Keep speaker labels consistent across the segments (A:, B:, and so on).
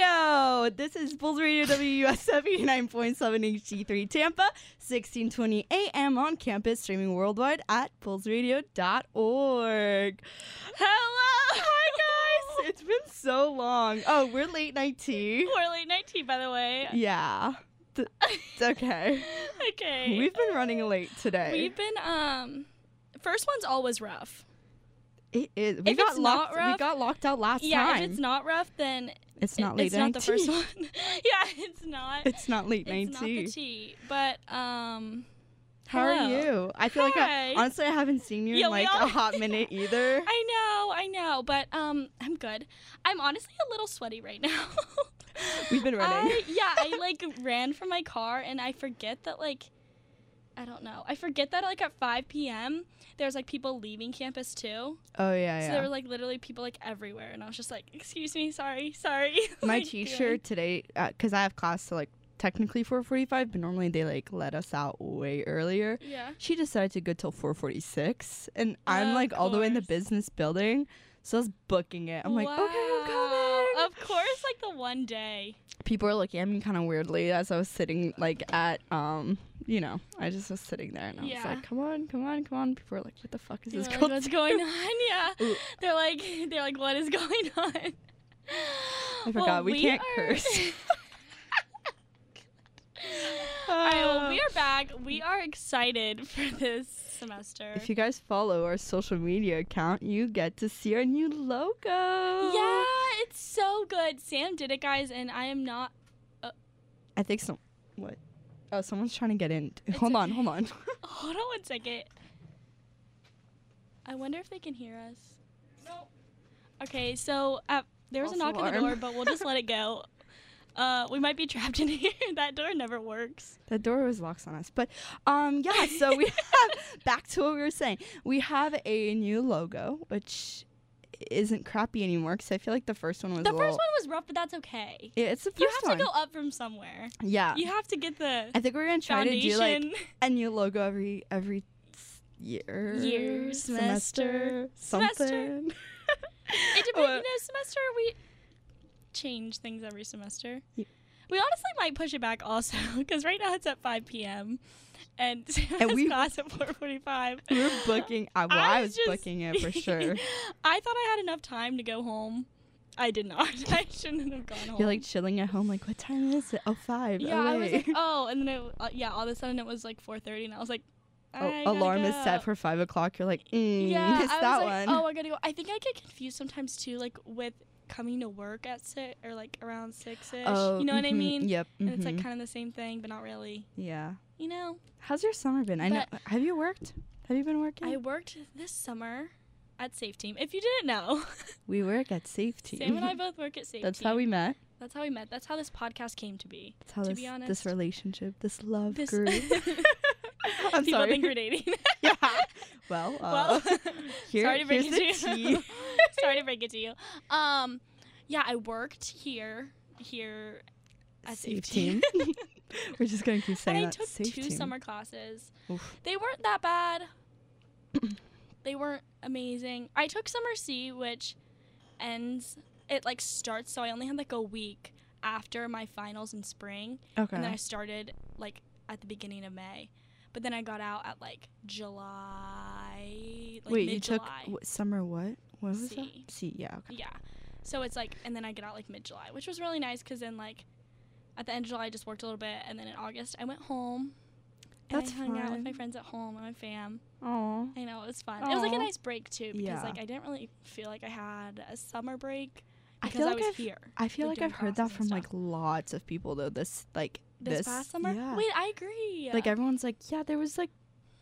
A: show. This is Bulls Radio WUS 79.7 HD3 Tampa, 1620 AM on campus, streaming worldwide at bullsradio.org. Hello! Hi, guys! It's been so long. Oh, we're late night tea.
B: We're late night tea, by the way.
A: Yeah. Th- it's okay.
B: Okay.
A: We've been running late today.
B: We've been um first one's always rough.
A: it is. We
B: if
A: got
B: it's not
A: locked. we
B: rough-
A: got locked out last
B: yeah,
A: time.
B: if it's not rough, then
A: It's
B: it-
A: not late
B: it's
A: night
B: not the first
A: tea.
B: one. yeah, it's not.
A: It's not late night
B: it's not
A: tea.
B: the tea. But um
A: How are
B: hello.
A: you? I feel like I,
B: Hi.
A: honestly I haven't seen you
B: Yeah,
A: in
B: we
A: like a
B: all-
A: hot minute either.
B: I know, I know, but um I'm good. I'm honestly a little sweaty right now.
A: We've been running.
B: I, yeah, I like ran from my car and I forget that like I don't know. I forget that like at 5 p.m. there's like people leaving campus too.
A: oh yeah,
B: So
A: yeah.
B: there were like literally people like everywhere, and I was just like, "Excuse me, sorry, sorry."
A: My
B: Like, doing-
A: t-shirt today because I have class to like technically 4:45, but normally they like let us out way earlier.
B: Yeah.
A: She decided to go till 4:46, and I'm
B: Of
A: like all the way in the
B: course.
A: business building, so I was booking it. I'm like, okay, I'm
B: Wow.
A: coming.
B: Of course, like the one day.
A: People were looking at me kind of weirdly as I was sitting like at um. You know, I just was sitting there and I was
B: Yeah.
A: like, "Come on, come on, come on!" People were like, "What the fuck is
B: They
A: this girl
B: were like, What's
A: doing?"
B: going on? Yeah.
A: Ooh.
B: They're like, they're like, what is going on?
A: I forgot we, can't curse.
B: All right, well,
A: Uh,
B: we are back. We are excited for this semester.
A: If you guys follow our social media account, you get to see our new logo.
B: yeah, it's so good. Sam did it, guys, and I am not.
A: I think some. What? Oh, someone's trying to get in. hold on, hold on.
B: Hold on one second. I wonder if they can hear us. No. Okay, so uh, there was a
A: False
B: knock on the door,
A: alarm.
B: but we'll just let it go. Uh, we might be trapped in here. that door never works.
A: the door was locked on us. But um, yeah, so we have. Back to what we were saying. We have a new logo, which isn't crappy anymore because I feel like the first one was
B: The
A: a
B: first
A: little-
B: one was rough, but that's okay.
A: Yeah, it's the first
B: you have
A: one.
B: to go up from somewhere.
A: yeah.
B: You have to get the
A: I think we're going to try to do like
B: foundation.
A: a new logo every every s- year
B: Year, semester, semester.
A: something
B: it depends.
A: Well-
B: you know, semester we change things every semester.
A: Ye-
B: We honestly might push it back also because right now it's at 5 p.m. and, and
A: we-
B: we class at 4:45.
A: we were booking I, well, I, was
B: just-
A: booking it for sure
B: I thought I had enough time to go home. I did not. I shouldn't have gone home.
A: you're like chilling at home like what time is it oh five
B: yeah,
A: oh,
B: I was
A: wait.
B: like, oh, and then it, uh, yeah, all of a sudden it was like 4:30, and I was like, I
A: Oh,
B: gotta
A: alarm is
B: go.
A: set for five o'clock you're like mm,
B: yeah,
A: missed
B: I was
A: that
B: like,
A: one
B: oh, I gotta go. I think I get confused sometimes too, like with coming to work at six or like around six ish. you know what I
A: mhm,
B: mean?
A: yep
B: And it's like
A: mhm,
B: kind of the same thing, but not really.
A: yeah
B: You know,
A: how's your summer been I know have you worked have you been working
B: I worked this summer at Safe Team. If you didn't know,
A: we work at safety
B: Sam and I both work at Safe
A: that's
B: Team.
A: how we met
B: That's how we met. That's how this podcast came to be.
A: that's how
B: To
A: this,
B: be
A: this
B: honest,
A: relationship this love
B: This
A: grew I'm
B: People
A: sorry.
B: think we're dating.
A: yeah. Well, uh,
B: well,
A: here-
B: sorry to break
A: here's the
B: it to
A: tea.
B: you. sorry to break it to you. Um, yeah, I worked here here at
A: Safe
B: Safe
A: team. We're just gonna keep saying
B: and I
A: that.
B: took
A: Safe
B: two
A: team.
B: summer classes.
A: Oof.
B: They weren't that bad. they weren't amazing. I took summer C, which ends it like starts, so I only had like a week after my finals in spring,
A: Okay.
B: and then I started like at the beginning of May. But then I got out at like July, like
A: Wait, you took
B: mid-July.
A: what, summer what? What was
B: C.
A: that? C. Yeah. Okay.
B: Yeah. So it's like, and then I get out like mid July, which was really nice because then like at the end of July I just worked a little bit, and then in August I went home. And
A: That's
B: I hung out with my
A: fun.
B: friends at home and my fam.
A: Oh.
B: I know it was fun. It was like
A: Aw.
B: a nice break too because
A: Yeah.
B: like I didn't really feel like I had a summer break
A: I
B: because
A: feel
B: I
A: like
B: was
A: I've
B: here.
A: I feel
B: like,
A: like I've
B: doing
A: heard that
B: classes
A: from
B: and
A: like
B: stuff.
A: lots of people though. This like
B: This, past summer?
A: yeah.
B: Wait, I agree.
A: Like everyone's like, yeah, there was like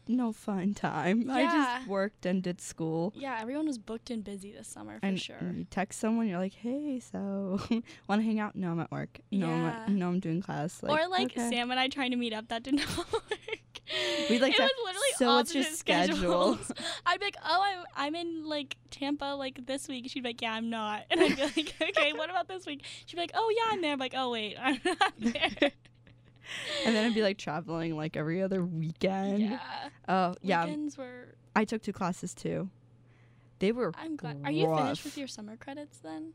A: no fun time. I
B: Yeah.
A: just worked and did school.
B: yeah, everyone was booked and busy this summer for
A: and
B: sure.
A: you text someone, you're like, "Hey, so want to hang out? No, I'm at work. No,
B: Yeah.
A: I'm, at, no, I'm doing class." Like,
B: or like
A: okay.
B: Sam and I trying to meet up that did not work.
A: We'd like
B: it
A: to-
B: was literally
A: so what's your
B: opposite
A: schedule?
B: schedules. I'd be like, oh, I'm I'm in like Tampa like this week. She'd be like, yeah, I'm not. And I'd be like, okay, what about this week? She'd be like, oh yeah, I'm there. I'm like, oh wait, I'm not there.
A: and then I'd be like traveling like every other weekend.
B: yeah,
A: Oh, yeah.
B: Weekends were.
A: I took two classes too. They were.
B: I'm glad. Are you finished
A: rough.
B: with your summer credits then?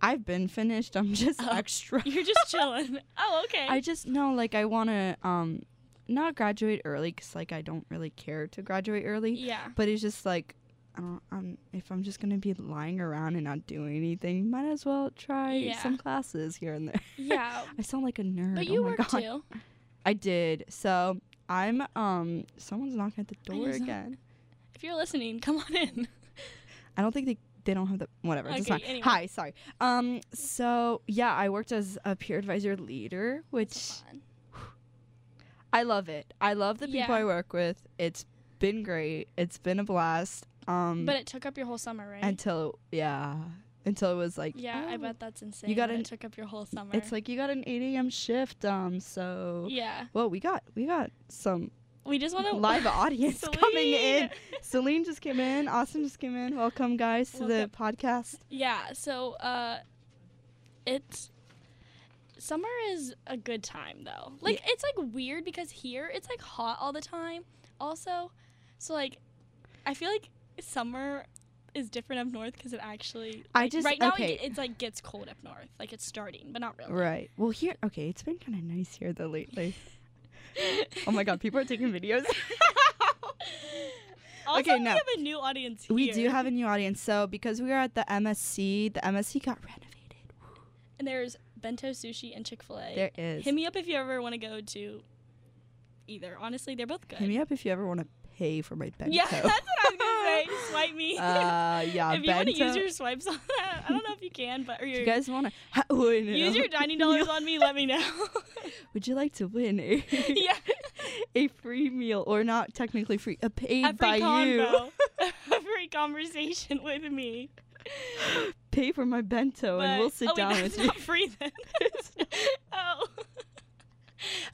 A: I've been finished. I'm just
B: Oh.
A: extra.
B: You're just chilling. oh, okay.
A: I just no, like I want to um not graduate early cuz like I don't really care to graduate early,
B: yeah.
A: but it's just like I don't, I'm, if I'm just gonna be lying around and not doing anything, might as well try
B: Yeah.
A: some classes here and there.
B: Yeah.
A: I sound like a nerd.
B: But
A: oh
B: you
A: my
B: work
A: God.
B: too.
A: I did. So I'm um someone's knocking at the
B: I
A: door
B: know some-
A: again.
B: If you're listening, come on in.
A: I don't think they they don't have the whatever. it's
B: Okay,
A: fine.
B: anyway.
A: Hi, sorry. Um so yeah, I worked as a peer advisor leader, which
B: It's fun.
A: I love it. I love the people
B: Yeah.
A: I work with. It's been great. It's been a blast. Um
B: But it took up your whole summer, right?
A: until yeah. Until it was like
B: yeah, I
A: oh,
B: bet that's insane.
A: got
B: that
A: an-
B: it took up your whole summer.
A: It's like you got an eight AM shift, um, so
B: yeah.
A: well we got we got some
B: We just want to
A: live audience coming in. Celine just came in. Austin just came in. Welcome, guys, to the podcast.
B: Yeah, so uh it's summer is a good time though. Like it's like weird because here it's like hot all the time. Also, so like I feel like summer is different up north because it actually
A: I
B: like,
A: just-
B: right now it
A: okay.
B: ge- it's like gets cold up north. Like it's starting, but not really.
A: Right. Well, here, okay, it's been kind of nice here though lately. Oh my God, people are taking videos.
B: also,
A: Okay,
B: we
A: no.
B: have a new audience here.
A: we do have a new audience. So, because we are at the MSC, the MSC got renovated.
B: and there's bento sushi and Chick Fil A.
A: There is.
B: Hit me up if you ever want to go to either. Honestly, they're both good.
A: Hit me up if you ever want to pay for my bento.
B: yeah, that's what I was gonna say. Swipe me.
A: Uh, yeah,
B: if you want to
A: bento.
B: use your swipes on that, I don't know if you can, but or
A: if
B: your,
A: you guys want to ha- win,
B: use your dining dollars on me. Let me know.
A: would you like to win a,
B: yeah,
A: a free meal or not technically free, a paid
B: every
A: by you?
B: convo, every conversation with me.
A: Pay for my bento and
B: but-
A: we'll sit
B: oh, wait,
A: down
B: that's
A: with you.
B: not free then. oh.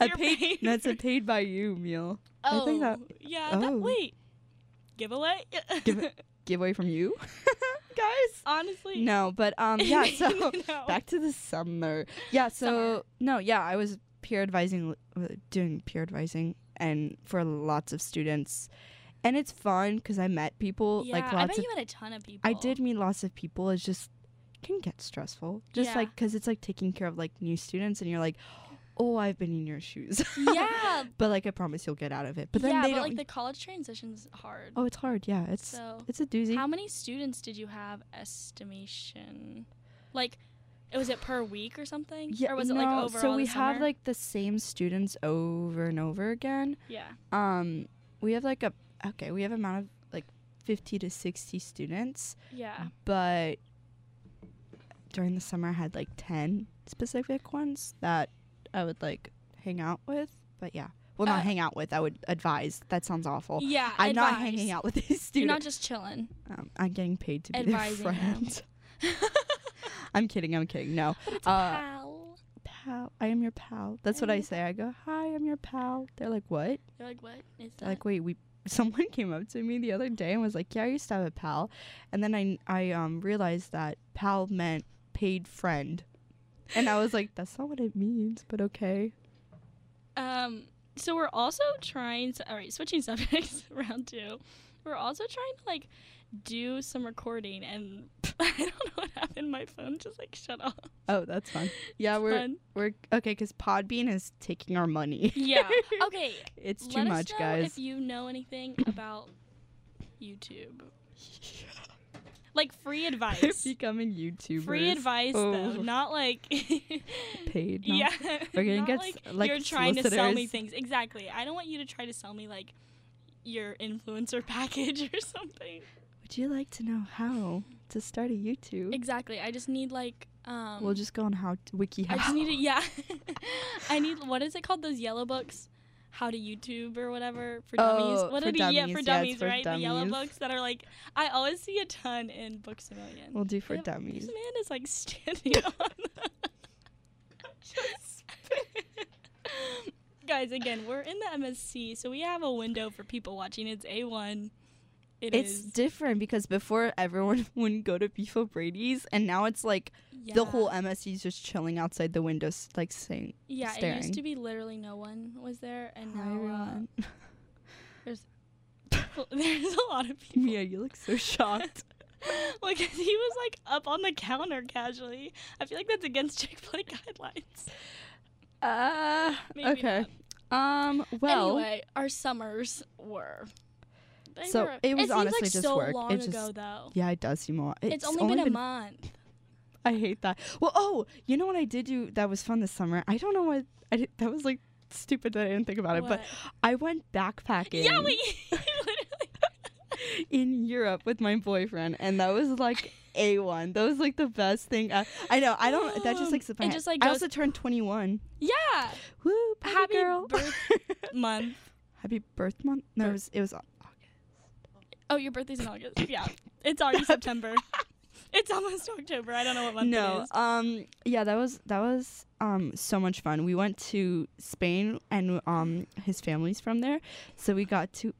A: a
B: You're
A: paid,
B: paying
A: that's
B: for-
A: a paid by you meal
B: Oh,
A: I think that-
B: yeah. that-
A: oh.
B: wait, giveaway.
A: Give it- giveaway from you guys
B: Honestly.
A: no but um yeah so
B: No.
A: back to the summer yeah so
B: Summer.
A: no yeah i was peer advising uh, doing peer advising and for lots of students and it's fun because i met people
B: yeah,
A: like
B: I
A: lots
B: bet
A: of
B: you had a ton of people.
A: i did meet lots of people it's just can get stressful just
B: Yeah.
A: like because it's like taking care of like new students and you're like oh i've been in your shoes
B: Yeah,
A: but like i promise you'll get out of it but then
B: yeah,
A: they
B: but
A: don't e
B: like the college transition's hard.
A: oh it's hard yeah it's
B: so,
A: it's a doozy
B: how many students did you have estimation? Like, was it per week or something? or was it like
A: no,
B: overall?
A: So we
B: the
A: have
B: summer?
A: like the same students over and over again.
B: yeah,
A: Um, we have like a okay, we have amount of like fifty to sixty students,
B: yeah,
A: but during the summer I had like ten specific ones that I would like hang out with. But yeah, well, not
B: Uh,
A: hang out with. I would advise. That sounds awful.
B: yeah.
A: Oh, I'm not
B: advise.
A: hanging out with these
B: You're not
A: students.
B: just chilling.
A: um, I'm getting paid to be their
B: advising them.
A: friend. I'm kidding. I'm kidding. No.
B: But it's
A: Uh,
B: pal.
A: pal. I am your pal. That's what
B: I'm
A: I
B: your
A: say. I go, hi, I'm your pal. They're like, what?
B: They're like, what is that?
A: They're like, wait, we. Someone came up to me the other day and was like, yeah, I used to have a pal, and then I I um realized that pal meant paid friend, and I was like, that's not what it means, but okay.
B: Um, so we're also trying to all right, switching subjects round two. We're also trying to like do some recording and I don't know what happened. My phone just like shut off.
A: Oh, that's fun. Yeah,
B: It's
A: we're
B: fun.
A: we're okay because Podbean is taking our money.
B: Yeah. Okay.
A: it's too
B: Let
A: much,
B: us know
A: guys.
B: if you know anything about YouTube. Like free
A: They're
B: advice.
A: becoming YouTubers.
B: Free advice though,
A: Oh.
B: not like
A: Paid. now.
B: Yeah.
A: We're gonna
B: not
A: get s-
B: like,
A: like
B: you're trying to sell me
A: solicitors.
B: things. Exactly. I don't want you to try to sell me like your influencer package or something.
A: Would you like to know how to start a YouTube?
B: Exactly. I just need like um
A: we'll just go on how to, wiki how.
B: I just need to yeah. I need what is it called those yellow books? How to YouTube or whatever for dummies.
A: Oh,
B: What
A: for
B: are the yeah
A: dummies. Yeah,
B: for
A: it's
B: dummies,
A: for
B: right? The yellow
A: dummies.
B: books that are like I always see a ton in Books a Million.
A: We'll do for
B: Yeah, this
A: dummies.
B: man is like standing on Guys, again, we're in the MSC, so we have a window for people watching. It's A1. It
A: it's
B: is-
A: different because before everyone wouldn't go to Beef Brady's, and now it's like the
B: yeah.
A: whole MSC is just chilling outside the windows, like saying,
B: Yeah, it
A: staring.
B: used to be literally no one was there, and
A: "Hi,
B: now
A: everyone."
B: uh, there's a lot of people.
A: Mia, you look so shocked.
B: Well, 'cause he was like up on the counter casually. I feel like that's against Chick Fil A guidelines.
A: Uh,
B: Maybe
A: okay. Um, well,
B: anyway, our summers were. They
A: So,
B: were-
A: it was
B: seems
A: honestly
B: like
A: just
B: so
A: work.
B: long
A: It
B: ago,
A: just-
B: though.
A: yeah, it does seem a lot.
B: It's, only, been a month.
A: I hate that. Well, oh, you know what I did do that was fun this summer? I don't know what I did, that was like stupid that I didn't think about it, but I went backpacking
B: yeah, we literally.
A: in Europe with my boyfriend, and that was like a one. That was like the best thing. I, I know. I don't. That just like slipped my
B: It
A: head.
B: just, like,
A: I
B: goes-
A: also turned twenty one.
B: Yeah,
A: Woo! Party
B: Happy
A: girl.
B: birth- month.
A: Happy birth month? No, it
B: Birth.
A: was it was. August.
B: Oh, your birthday's in August. Yeah, it's already September. It's almost October. I don't know what month it
A: No,
B: is.
A: um, yeah, that was that was um so much fun. We went to Spain and um his family's from there, so we got to.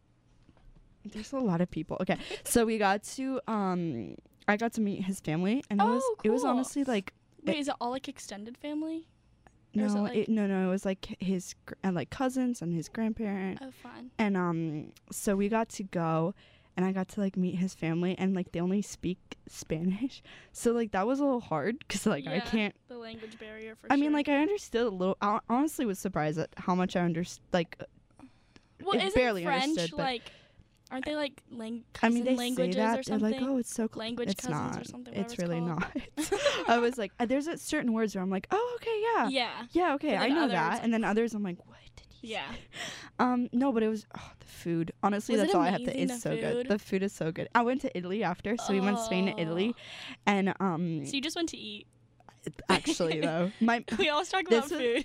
A: There's a lot of people. Okay, so we got to um I got to meet his family, and it was
B: Oh,
A: it was
B: cool.
A: honestly like
B: Wait, is it all like extended family? Or is it
A: no
B: like-
A: it, no no it was like his gr- and like cousins and his grandparent
B: Oh, fun.
A: and um so we got to go and i got to like meet his family and like they only speak spanish so like that was a little hard because like i
B: Yeah.
A: can't
B: The language barrier for
A: I
B: sure.
A: mean, like I understood a little. I honestly was surprised at how much I understood. Like,
B: well,
A: it
B: isn't
A: barely
B: French
A: understood, but-
B: like? Aren't they like lang-
A: I
B: cousin
A: mean, they say
B: languages
A: that
B: or
A: they're
B: something?
A: like, "Oh, it's so close."
B: Language
A: it's
B: cousins
A: not.
B: or something. whatever
A: It's really
B: called.
A: not. I was like, uh, there's a certain words where I'm like, "Oh, okay, yeah,
B: yeah.
A: yeah, okay,
B: But
A: I
B: then
A: know
B: others,
A: that,"
B: like-
A: and then others, I'm like, "What did he?"
B: Yeah.
A: Um, no, but it was oh, the food. Honestly,
B: Was it
A: that's all I have to.
B: amazing,
A: It's
B: the
A: so good.
B: food?
A: The food is so good. I went to Italy after, so we went to Spain to Italy, and um,
B: Oh. So you just went to eat.
A: actually though, my
B: We always talk
A: This
B: about
A: was-
B: food.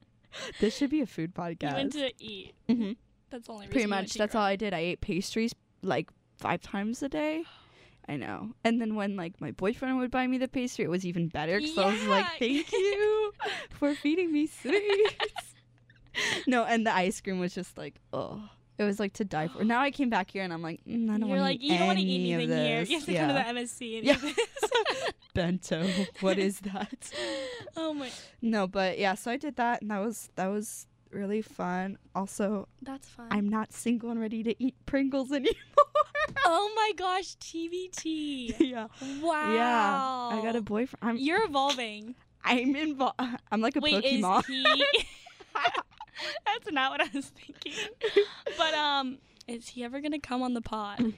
A: this should be a food podcast.
B: you went to eat.
A: Mhm.
B: That's the only reason.
A: pretty much that's all i did i ate pastries like five times a day i know and then when like my boyfriend would buy me the pastry it was even better because i was like
B: Yeah.
A: thank you for feeding me sweets no and the ice cream was just like oh it was like to die for now i came back here and i'm like mm, i don't
B: You're
A: want
B: like
A: to
B: you don't want to
A: any
B: eat
A: of
B: anything here.
A: this
B: You have to
A: yeah.
B: come to the MSC and
A: Yeah.
B: eat this.
A: bento what is that
B: oh my,
A: no but yeah so i did that and that was that was really fun also
B: that's fun.
A: i'm not single and ready to eat pringles anymore
B: oh my gosh, TBT.
A: yeah
B: Wow.
A: Yeah, I
B: Oh.
A: got a boyfriend. I'm
B: You're evolving.
A: I'm involved. I'm like a
B: Wait,
A: Pokemon.
B: is he? That's not what I was thinking. But um, is he ever gonna come on the pod?
A: Mm.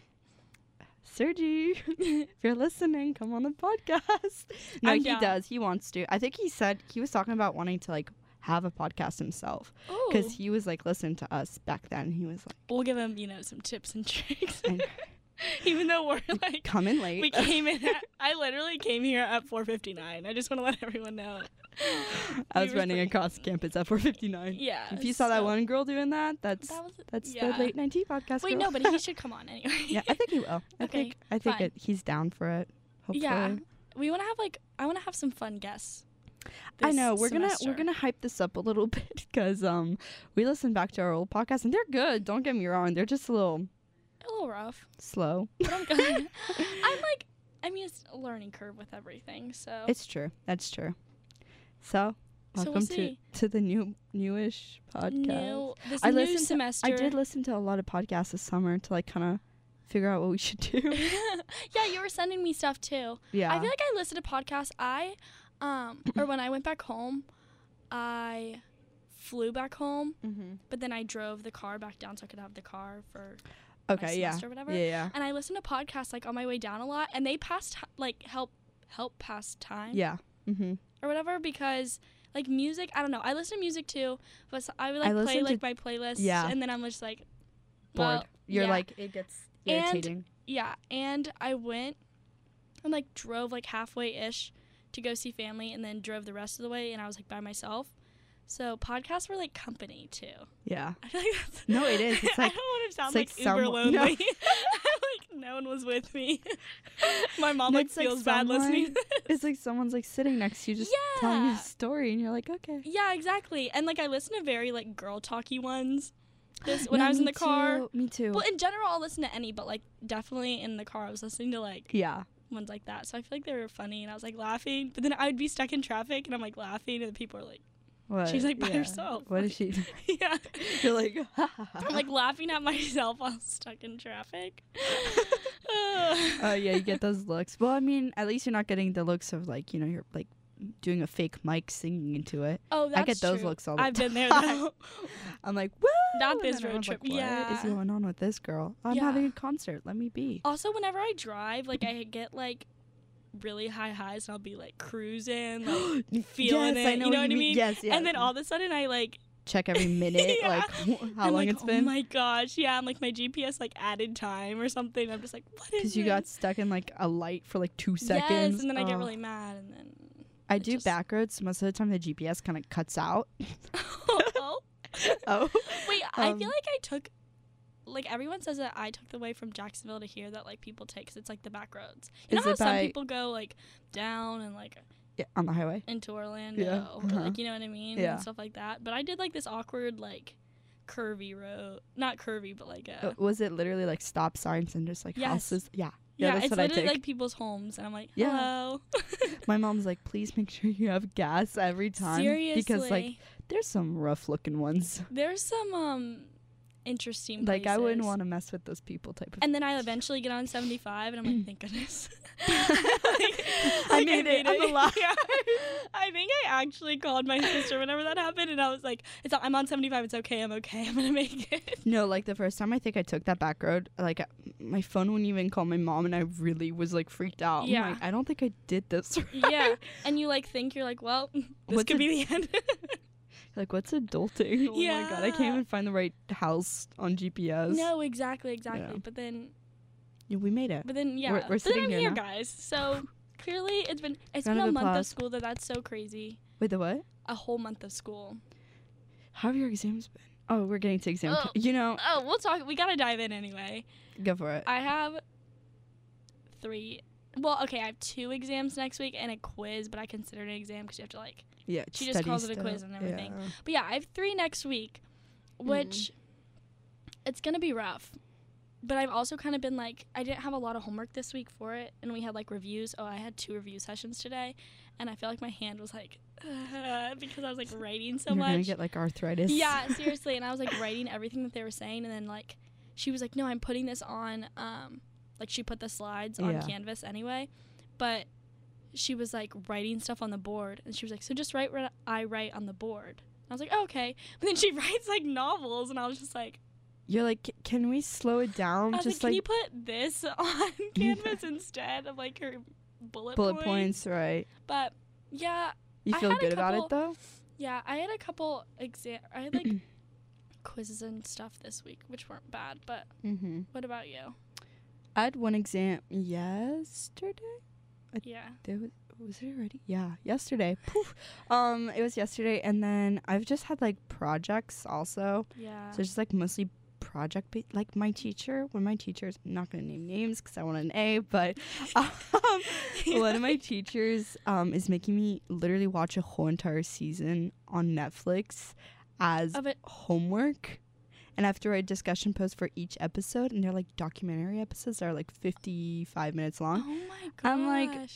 A: Sergi, if you're listening, come on the podcast. No,
B: I'm
A: he
B: down.
A: does. He wants to. I think he said he was talking about wanting to like have a podcast himself because
B: Ooh.
A: he was like listening to us back then. He was like,
B: we'll give him, you know, some tips and tricks.
A: I know.
B: Even though we're like
A: "Come in late."
B: We came in. At, I literally came here at 4:59. I just want to let everyone know.
A: I
B: we
A: was
B: were
A: running
B: free.
A: across campus at 4:59.
B: Yeah.
A: If you saw that
B: so-
A: one girl doing that, that's
B: that was
A: that's
B: yeah.
A: the late night tea podcast.
B: Wait,
A: girl.
B: no, but he should come on anyway.
A: yeah, I think he will. I
B: Okay,
A: think I think
B: fine.
A: it, he's down for it. Hopefully.
B: yeah. We want to have like I want to have some fun guests.
A: I
B: this
A: know we're
B: semester.
A: gonna we're gonna hype this up a little bit because um we listened back to our old podcast and they're good. Don't get me wrong, they're just a little
B: a little rough,
A: slow.
B: but I'm good. I'm like I mean it's a learning curve with everything. So
A: It's true. That's true. So
B: So we'll
A: welcome to
B: see.
A: to the new newish podcast.
B: new this
A: I
B: new
A: listened to- I
B: semester.
A: I did listen to a lot of podcasts this summer to like kind of figure out what we should do.
B: yeah, you were sending me stuff too.
A: yeah,
B: I feel like I listened to podcasts. I, um, or when I went back home, I flew back home,
A: mm-hmm.
B: but then I drove the car back down so I could have the car for my
A: okay, yeah,
B: semester or whatever.
A: yeah, yeah,
B: And I listened to podcasts like on my way down a lot, and they passed ti- like help help pass time
A: yeah. Mm-hmm.
B: or whatever because like music. I don't know. I listen to music too, but so I would
A: I
B: like play
A: listen to-
B: like my playlist,
A: yeah.
B: and then I'm just like
A: Bored.
B: well,
A: You're
B: yeah.
A: like it gets
B: And-
A: irritating.
B: Yeah, and I went and like drove like halfway ish to go see family and then drove the rest of the way and I was like by myself. So podcasts were like company too.
A: yeah.
B: I feel like that's
A: No, it is. It's
B: I
A: like-
B: don't want to sound
A: like
B: like, uber
A: someone-
B: lonely.
A: no.
B: like no one was with me. My mom
A: No,
B: like
A: it's like
B: feels bad listening. to
A: someone- It's like someone's like sitting next to you just telling you a
B: Yeah.
A: story and you're like, okay.
B: Yeah, exactly. And like I listen to very like girl talky ones. This when
A: No,
B: I was in
A: me
B: the car.
A: too, me too.
B: Well, in general, I'll listen to any, but like definitely in the car, I was listening to like
A: yeah.
B: ones like that. So I feel like they were funny, and I was like laughing. But then I would be stuck in traffic, and I'm like laughing, and the people are like,
A: What?
B: She's, like, by herself.
A: What is she?
B: yeah,
A: You're like,
B: I'm like laughing at myself while stuck in traffic.
A: uh, yeah, you get those looks. Well, I mean, at least you're not getting the looks of like you know you're like doing a fake mic singing into it.
B: Oh, that's
A: I get those
B: true.
A: looks all the
B: I've
A: time.
B: been there though.
A: I'm like, woo!
B: Not
A: And
B: this
A: then
B: road
A: everyone's
B: trip,
A: Like, what is
B: yeah.
A: going on with this girl? I'm
B: Yeah. Oh,
A: having a concert. Let me be.
B: also, whenever I drive, like I get like really high highs, and I'll be like cruising, like, feeling
A: yes, I
B: it,
A: know
B: you know what I
A: you
B: mean?
A: Yes, yes.
B: and then all of a sudden I like
A: check every minute,
B: Yeah.
A: like wh- how long
B: I'm like,
A: it's been.
B: Oh my gosh, yeah, I'm like my GPS like added time or something. I'm just like, what is?
A: because you got stuck in like a light for like two
B: this?
A: seconds.
B: Yes, and then I get
A: Oh.
B: really mad, and then
A: I
B: it
A: do
B: just-
A: back roads. Most of the time, the GPS kind of cuts out.
B: oh,
A: oh,
B: wait, I
A: Um,
B: feel like I took. Like everyone says that I took the way from Jacksonville to here that like people take 'cause it's like the back roads.
A: Is
B: You know how
A: it
B: some
A: by-
B: people go like down and like
A: yeah, on the highway.
B: into Orlando or
A: uh-huh.
B: like you know what I mean
A: Yeah.
B: and stuff like that. But I did like this awkward like curvy road, not curvy, but like a
A: Uh, Was it literally like stop signs and just like
B: Yes.
A: houses? Yeah,
B: yeah,
A: that's
B: it's
A: what I
B: literally
A: take.
B: like people's homes, and I'm like,
A: Yeah.
B: hello.
A: My mom's like, please make sure you have gas every time
B: Seriously,
A: because like there's some rough looking ones.
B: there's some um interesting
A: Like I wouldn't
B: places.
A: want to mess with those people type of.
B: And then I eventually get on 75, and I'm like, thank goodness.
A: I made it. I'm alive.
B: Yeah. I think I actually called my sister whenever that happened, and I was like, "It's I'm on 75. It's okay. I'm okay. I'm gonna make it."
A: No, like the first time I think I took that back road, like uh, my phone wouldn't even call my mom, and I really was like freaked out. I'm
B: Yeah.
A: like, I don't think I did this. Right.
B: yeah, and you like think you're like, "Well, this
A: What's
B: could
A: it-
B: be the end."
A: Like what's adulting? Oh my god, I
B: Yeah.
A: can't even find the right house on GPS.
B: no, exactly, exactly.
A: Yeah.
B: But then,
A: Yeah, we made it.
B: but then, yeah.
A: we're
B: but
A: sitting
B: then I'm
A: here
B: here,
A: now.
B: guys. So clearly, it's been it's
A: Round of
B: been a month of
A: applause.
B: school. Though that's so crazy.
A: Wait, the what?
B: A whole month of school.
A: How have your exams been? Oh, we're getting to exam.
B: Oh.
A: ti- You know,
B: Oh, we'll talk. We gotta dive in anyway.
A: go for it.
B: I have three. Well, okay, I have two exams next week and a quiz, but I consider it an exam because you have to like.
A: yeah,
B: she just
A: study
B: calls it a
A: stuff.
B: quiz and everything.
A: Yeah.
B: But yeah, I have three next week,
A: Hmm.
B: which it's gonna be rough. But I've also kind of been like, I didn't have a lot of homework this week for it, and we had like reviews. Oh, I had two review sessions today, and I feel like my hand was like because I was like writing so
A: You're gonna
B: much.
A: get like arthritis.
B: Yeah, seriously. And I was like writing everything that they were saying, and then like she was like, "No, I'm putting this on." Um, like she put the slides on
A: Yeah.
B: Canvas anyway, but she was like writing stuff on the board, and she was like, "So just write what I write on the board." I was like, oh, "Okay," but then she writes like novels, and I was just like,
A: You're like, "C- can we slow it down?
B: "I was
A: just
B: like, can you
A: like,
B: put this on Canvas instead of like her bullet
A: bullet points, right?
B: But yeah,
A: You
B: I
A: feel
B: had a
A: good about it
B: couple-
A: though?
B: Yeah, I had a couple exam. I had like quizzes and stuff this week, which weren't bad. But
A: Mm-hmm.
B: what about you?
A: I had one exam yesterday.
B: Yeah.
A: There was was it already? Yeah, yesterday. Poof. Um, it was yesterday, and then I've just had like projects also.
B: Yeah.
A: So it's just like mostly project ba- like my teacher one of my teachers I'm not gonna name names because i want an a but um, one of my teachers um, is making me literally watch a whole entire season on netflix as
B: Of it.
A: homework and I have to write a discussion post for each episode and they're like documentary episodes that are like 55 minutes
B: Oh
A: long
B: my gosh.
A: I'm like-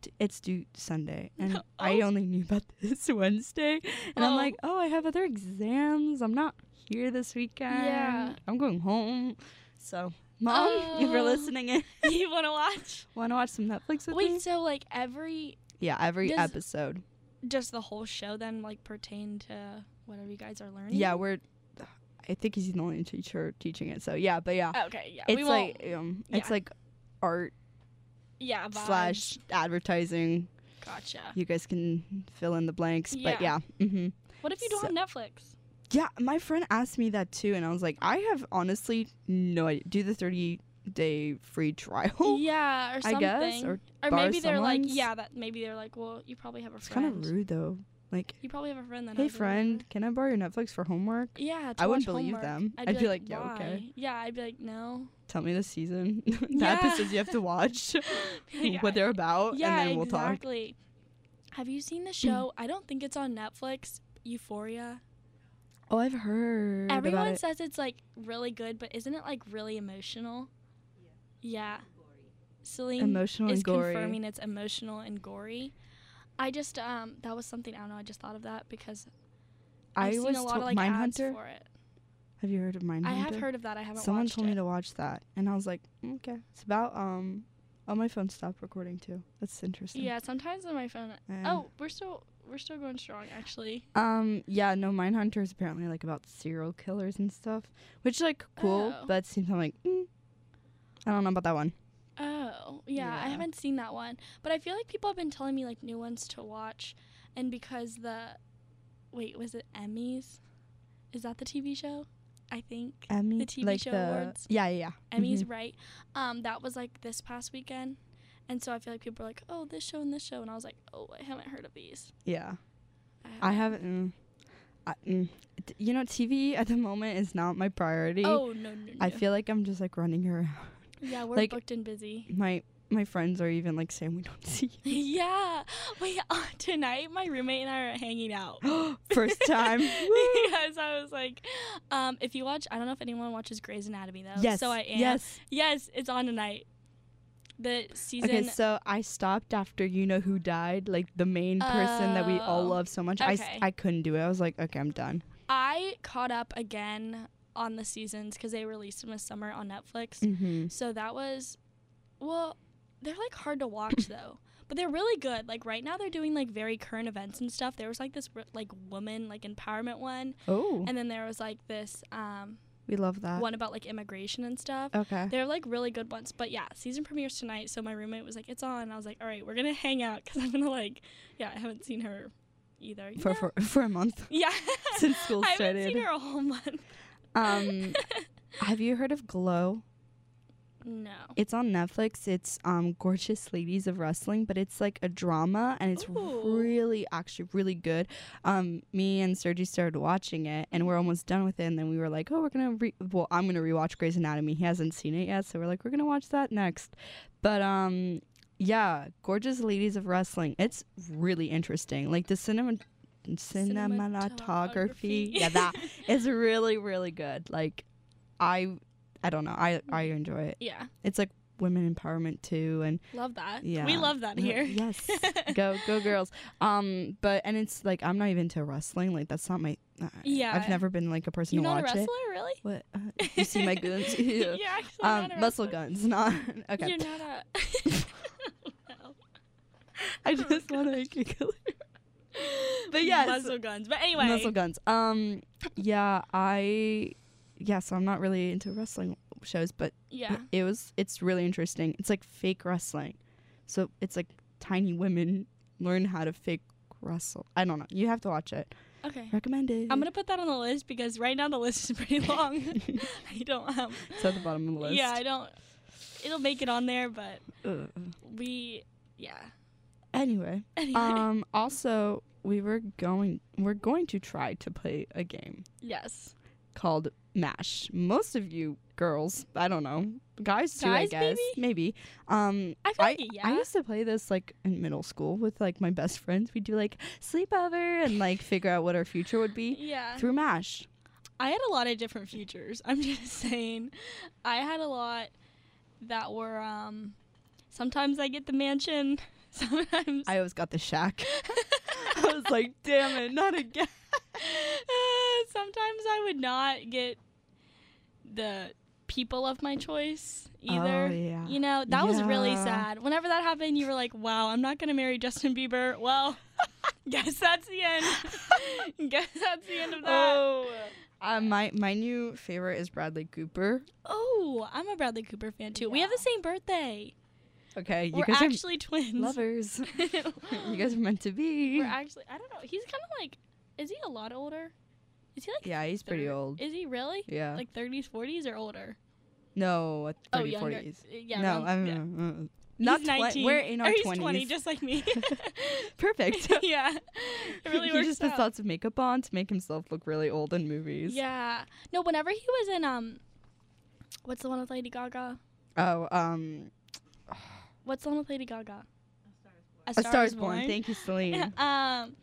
A: D- it's due sunday and
B: No.
A: i
B: Oh.
A: only knew about this wednesday and i'm
B: Oh.
A: like oh i have other exams i'm not here this weekend
B: Yeah.
A: i'm going home so mom if you're
B: Oh.
A: listening in
B: you want to watch?
A: want to watch some netflix with me
B: Wait. So like every
A: yeah every
B: does-
A: episode
B: just the whole show then like pertain to whatever you guys are learning.
A: yeah we're i think he's the only teacher teaching it so yeah but yeah
B: Okay. Yeah. Uh, we
A: it's
B: won't.
A: like um it's
B: yeah.
A: like art
B: yeah. Vibes.
A: slash advertising
B: Gotcha.
A: you guys can fill in the blanks but yeah
B: Yeah.
A: hmm
B: What if you don't
A: So-
B: have Netflix?
A: Yeah, my friend asked me that too, and I was like, I have honestly no idea. Do the 30 day free trial?
B: yeah, or
A: I
B: something.
A: guess. Or
B: Or
A: borrow
B: maybe they're like,
A: someone's?
B: yeah, that maybe they're like, well, you probably have a
A: it's kind
B: friend.
A: of rude though. Like,
B: You probably have a friend that.
A: hey
B: has it or
A: friend, can I borrow your Netflix for homework?
B: whatever." Yeah. to
A: I wouldn't
B: watch
A: believe
B: homework.
A: them.
B: I'd be, like,
A: yeah, okay.
B: "Why?" Yeah, I'd be like, no.
A: Tell me the season, the
B: Yeah.
A: episodes you have to watch,
B: Yeah,
A: what they're about,
B: yeah,
A: and then we'll talk.
B: exactly. Have you seen the show? I don't think it's on Netflix. Euphoria.
A: Oh, I've heard about
B: Everyone
A: it.
B: says it's like really good, but isn't it like really emotional? Yeah. Celine
A: Emotional
B: is
A: and gory.
B: confirming it's emotional and gory. I just um that was something I don't know. I just thought of that because I've
A: I
B: seen
A: was
B: a lot
A: told
B: of like ads
A: Mindhunter.
B: for it.
A: Have you heard of Mindhunter?
B: I have heard of that. I haven't
A: Someone
B: watched
A: told
B: it.
A: me to watch that, and I was like, "Mm, okay. It's about um. Oh, my phone stopped recording too. That's interesting.
B: Yeah, sometimes on my phone.
A: Yeah.
B: Oh, we're still we're still going strong actually.
A: Um. Yeah. No. Mindhunter is apparently like about serial killers and stuff, which is like cool,
B: Oh.
A: but it seems I'm like, mm, I don't know about that one.
B: Oh, yeah, I
A: Yeah.
B: haven't seen that one. But I feel like people have been telling me like new ones to watch and because the wait, was it Emmys? Is that the TV show? I think.
A: Emmy,
B: TV
A: like
B: show
A: the
B: awards?
A: yeah, yeah, yeah.
B: Emmys,
A: Mhm.
B: right? Um that was like this past weekend. And so I feel like people are like, "Oh, this show and this show." And I was like, "Oh, I haven't heard of these."
A: Yeah, I haven't. Mm, I, mm, d- you know, TV at the moment is not my priority.
B: Oh, no, no, no.
A: I feel like I'm just like running around.
B: Yeah, we're
A: like-
B: booked and busy.
A: My my friends are even like saying we don't see.
B: yeah. Wait, uh, tonight my roommate and I are hanging out.
A: you. First time. Woo.
B: yes, I was like, um, if you watch, I don't know if anyone watches Grey's Anatomy though.
A: yes.
B: So I am.
A: Yes.
B: Yes, it's on tonight. The season.
A: Okay, so I stopped after you know who died, like the main person that we all
B: Oh,
A: love so much. I s-
B: okay.
A: I couldn't do it. I was like, okay, I'm done.
B: I caught up again on the seasons because they released them this summer on Netflix.
A: Mm-hmm.
B: So that was, well, they're like hard to watch though. But they're really good. Like right now, they're doing like very current events and stuff. There was like this r- like woman like empowerment one,
A: Oh,
B: and then there was like this um
A: we love that.
B: one about like immigration and stuff.
A: Okay.
B: They're like really good ones, but yeah, season premieres tonight. So my roommate was like, "It's on." I was like, "All right, we're gonna hang out because I'm gonna like, yeah, I haven't seen her either.
A: For,
B: Yeah.
A: for for a month.
B: yeah,
A: since school
B: I haven't
A: started.
B: seen her a whole month.
A: Um, have you heard of Glow?
B: no,
A: It's on Netflix. It's um Gorgeous Ladies of Wrestling, but it's like a drama and it's
B: Ooh.
A: really actually really good. Um me and Sergi started watching it and we're almost done with it and then we were like, "Oh, we're going to re- well, I'm going to rewatch Grey's Anatomy. He hasn't seen it yet, so we're like, we're going to watch that next." But um yeah, Gorgeous Ladies of Wrestling. It's really interesting. Like the cinema cinematography. yeah, that is really really good. Like I I don't know. I I enjoy it
B: yeah,
A: it's like women empowerment too and
B: love that.
A: Yeah.
B: we love that
A: No,
B: here.
A: yes go go girls um but and it's like i'm not even into wrestling like that's not my uh,
B: Yeah.
A: i've never been like a person
B: You're
A: to
B: not a
A: watch
B: wrestler,
A: it
B: really?
A: what uh, you see my guns
B: You're
A: Yeah.
B: actually
A: um
B: not a
A: muscle
B: wrestler.
A: guns not okay
B: You're not a. Wow.
A: i
B: oh,
A: just want to make you clear But yeah, it's-
B: muscle guns. But anyway,
A: muscle guns um yeah i yeah so i'm not really into wrestling shows but
B: yeah.
A: it was it's really interesting it's like fake wrestling so it's like tiny women learn how to fake wrestle i don't know you have to watch it
B: Okay.
A: recommended
B: I'm gonna put that on the list because right now the list is pretty long. I don't have.
A: it's at the bottom of the list
B: Yeah, I don't. It'll make it on there, but
A: Ugh.
B: we, yeah.
A: anyway
B: Anyway,
A: um also we were going we're going to try to play a game
B: yes.
A: called mash most of you girls i don't know guys too i
B: Guys,
A: guess maybe um
B: I feel
A: I,
B: like yeah.
A: I used to play this like in middle school with like my best friends. We'd do like sleepover and like figure out what our future would be
B: yeah.
A: through MASH.
B: I had a lot of different futures. I'm just saying. I had a lot that were um. Sometimes I get the mansion. Sometimes.
A: I always got the shack. I was like, damn it, not again.
B: Uh, sometimes I would not get the people of my choice either.
A: Oh, yeah.
B: You know, that was really
A: Yeah.
B: sad. Whenever that happened, you were like, wow, I'm not going to marry Justin Bieber. Well, guess that's the end. guess that's the end of that.
A: oh. Uh, my my new favorite is Bradley Cooper.
B: Oh, I'm a Bradley Cooper fan too. We have the same birthday.
A: Okay, you
B: we're
A: guys
B: actually twins.
A: are lovers. you guys are meant to be.
B: we're actually, I don't know. He's kind of like, is he a lot older? Is he like,
A: yeah, he's pretty
B: thir-
A: old.
B: Is he really?
A: yeah.
B: Like 30s, 40s or older?
A: no, 30, 40s.
B: Uh, Yeah,
A: no,
B: around-
A: I don't
B: yeah.
A: know. uh,
B: He's
A: Not twen-
B: 19.
A: We're in
B: Or
A: our
B: he's
A: 20s.
B: 20, just like me.
A: Perfect.
B: yeah, it really
A: he
B: works
A: just
B: out.
A: puts lots of makeup on to make himself look really old in movies.
B: yeah, no. Whenever he was in um, what's the one with Lady Gaga?
A: Oh, um,
B: What's the one with Lady Gaga?
A: A Star Is Born. Thank you, Celine.
B: um,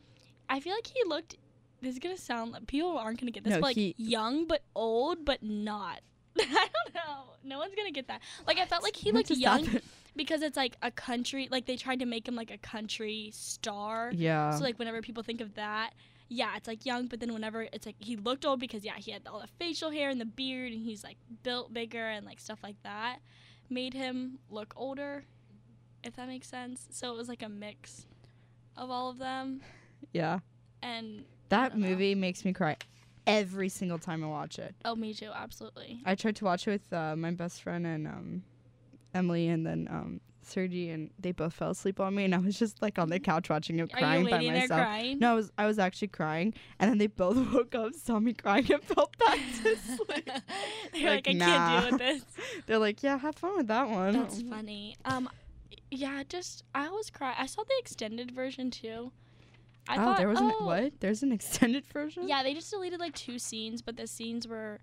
B: I feel like he looked. This is gonna sound like people aren't gonna get this,
A: No,
B: but like
A: he-
B: young but old but not. I don't know. No one's gonna get that. Like I felt like he
A: What
B: looked
A: does that
B: young
A: mean?
B: because it's like a country. Like they tried to make him like a country star.
A: Yeah.
B: So like whenever people think of that, yeah, it's like young, but then whenever it's like he looked old because yeah, he had all the facial hair and the beard and he's like built bigger and like stuff like that made him look older, if that makes sense. So it was like a mix of all of them
A: Yeah.
B: and
A: That
B: don't know.
A: movie makes me cry every single time I watch it.
B: oh me too, absolutely.
A: I tried to watch it with uh, my best friend and um, Emily and then um, Sergi, and they both fell asleep on me, and I was just like on the couch watching it,
B: Are you
A: crying by
B: waiting there
A: myself.
B: crying?
A: No, I was I was actually crying, and then they both woke up, saw me crying, and fell back to sleep.
B: They're
A: Like,
B: like, I
A: nah.
B: can't deal with this.
A: They're like, "Yeah, have fun with that one."
B: That's funny. Um, yeah, just I always cry. I saw the extended version too. I
A: oh,
B: thought,
A: there was
B: oh,
A: an what? There's an extended version.
B: Yeah, they just deleted like two scenes, but the scenes were,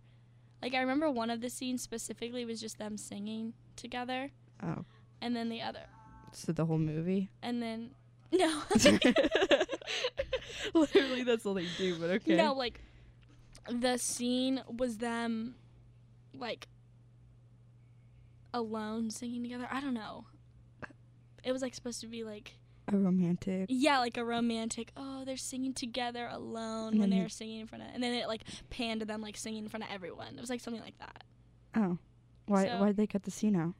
B: like, I remember one of the scenes specifically was just them singing together,
A: Oh,
B: and then the other,
A: so the whole movie.
B: and then no,
A: Literally, that's all they do. But okay.
B: no, like, the scene was them, like, alone singing together. I don't know. It was like supposed to be like
A: A romantic.
B: Yeah, like a romantic. Oh, they're singing together alone
A: And
B: when
A: then
B: they're
A: he-
B: singing in front of, and then it like panned to them like singing in front of everyone. It was like something like that.
A: Oh, why
B: So-
A: why would they cut the scene out?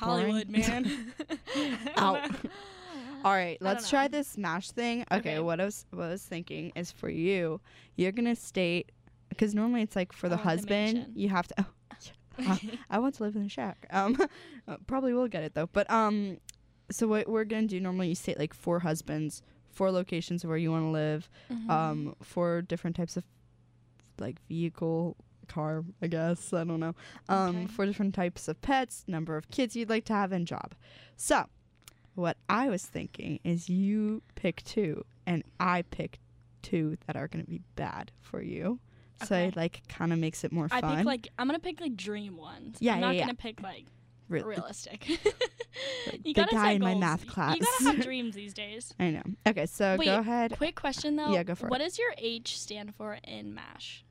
A: Boring.
B: Hollywood, man.
A: Ow. All right,
B: I don't
A: let's try
B: know.
A: this smash thing. Okay,
B: Okay.
A: what I was what I was thinking is for you, you're gonna state because normally it's like for
B: I
A: the
B: want the
A: husband,
B: Oh, mansion.
A: you have to. Uh, I want to live in a shack. Um, uh, probably will get it though. But um, so what we're gonna do normally you state like four husbands, four locations of where you want to live,
B: Mm-hmm.
A: um, four different types of like vehicle, car, I guess I don't know. Um,
B: Okay.
A: four different types of pets, number of kids you'd like to have, and job. So, what I was thinking is you pick two, and I pick two that are gonna be bad for you. So
B: Okay.
A: it like kind of makes it more
B: I
A: fun.
B: pick like I'm gonna pick like dream ones.
A: Yeah,
B: I'm
A: yeah,
B: not
A: yeah.
B: gonna pick like
A: Re-
B: realistic.
A: the
B: you gotta
A: guy
B: set
A: in my
B: goals.
A: math
B: You-
A: class.
B: You gotta have dreams these days.
A: I know. Okay, so
B: Wait,
A: go ahead.
B: Quick question though.
A: Yeah, go for it.
B: What does your H stand for in MASH?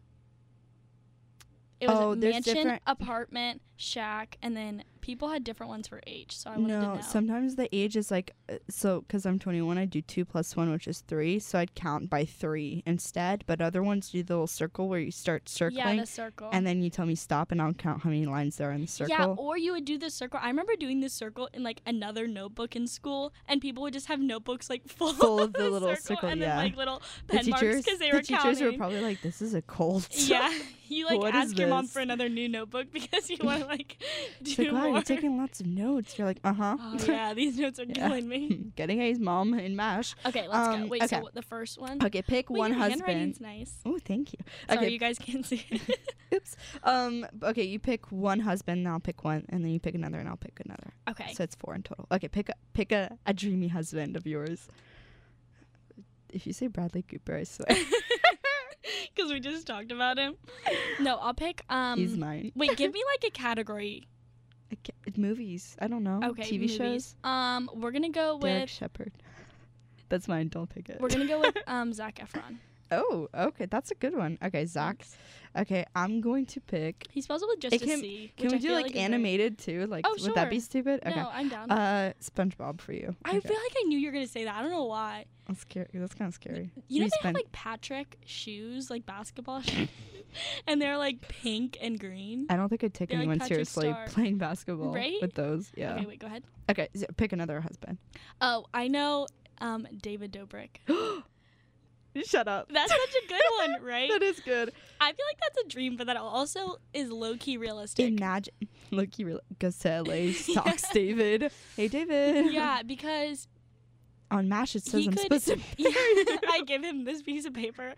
B: It was
A: Oh, there's
B: mansion,
A: different-
B: apartment, shack, and then people had different ones for H. So I wanted to
A: No,
B: know.
A: sometimes the age is like uh, so because I'm 21, I do two plus one, which is three. So I'd count by three instead. But other ones do the little circle where you start circling,
B: yeah, the circle.
A: and then you tell me stop, and I'll count how many lines there are in the circle.
B: Yeah, or you would do the circle. I remember doing the circle in like another notebook in school, and people would just have notebooks like full,
A: Full
B: of
A: of the little circle,
B: and
A: yeah.
B: then like little
A: the
B: pen marks
A: teachers,
B: because they
A: the
B: were
A: teachers
B: counting.
A: were probably like, "This is a cult."
B: yeah, you like
A: What is
B: ask your mom
A: this?
B: for another new notebook because you want to like
A: She's
B: do
A: like, "Wow,
B: more.
A: you're taking lots of notes." You're like, "Uh huh."
B: oh yeah, these notes are
A: Yeah.
B: killing me.
A: Getting A's, mom, in mash.
B: Okay, let's
A: Um,
B: go. Wait,
A: okay.
B: so what, the first one.
A: Okay, pick
B: Wait,
A: one
B: your
A: husband.
B: handwriting's nice.
A: Oh, thank you.
B: Sorry,
A: okay,
B: you guys can't see.
A: Oops. Um. b- Okay, you pick one husband, and I'll pick one, and then you pick another, and I'll pick another.
B: okay.
A: So it's four in total. Okay, pick a pick a, a dreamy husband of yours. If you say Bradley Cooper, I swear
B: Because we just talked about him. No, I'll pick. Um,
A: he's mine.
B: wait, give me like a category.
A: Okay, movies. I don't know.
B: Okay.
A: TV
B: movies.
A: Oh, shows.
B: Um, we're gonna go
A: Derek
B: with.
A: Shepard. That's mine. Don't pick it.
B: We're gonna go with um Zach Efron.
A: oh, okay. That's a good one. Okay, Zach.
B: Thanks.
A: Okay, I'm going to pick.
B: He spells it with just
A: It
B: a
A: can-
B: C,
A: Can
B: which
A: we
B: I
A: do
B: feel
A: like,
B: is very-
A: animated too? Like,
B: Oh,
A: would that be
B: sure.
A: stupid? Okay.
B: No, I'm down.
A: Uh, SpongeBob for you.
B: I
A: okay.
B: feel like I knew you were gonna say that. I don't know why.
A: that's scary. That's kind of scary.
B: You
A: You
B: know they
A: spent-
B: have like Patrick shoes, like basketball shoes, and they're like pink and green.
A: I don't think I'd take
B: They're like
A: anyone
B: Patrick
A: seriously
B: Star.
A: playing basketball
B: Right?
A: with those. Yeah.
B: Okay, wait, go ahead.
A: Okay, so pick another husband.
B: Oh, I know um, David Dobrik.
A: Shut up.
B: That's such a good one, right?
A: that is good.
B: I feel like that's a dream, but that also is low key realistic.
A: Imagine. Look, you really goes to LA, stalks David. Hey, David.
B: yeah, because
A: On Mash, it says
B: He
A: I'm
B: could-
A: supposed to.
B: yeah, I give him this piece of paper.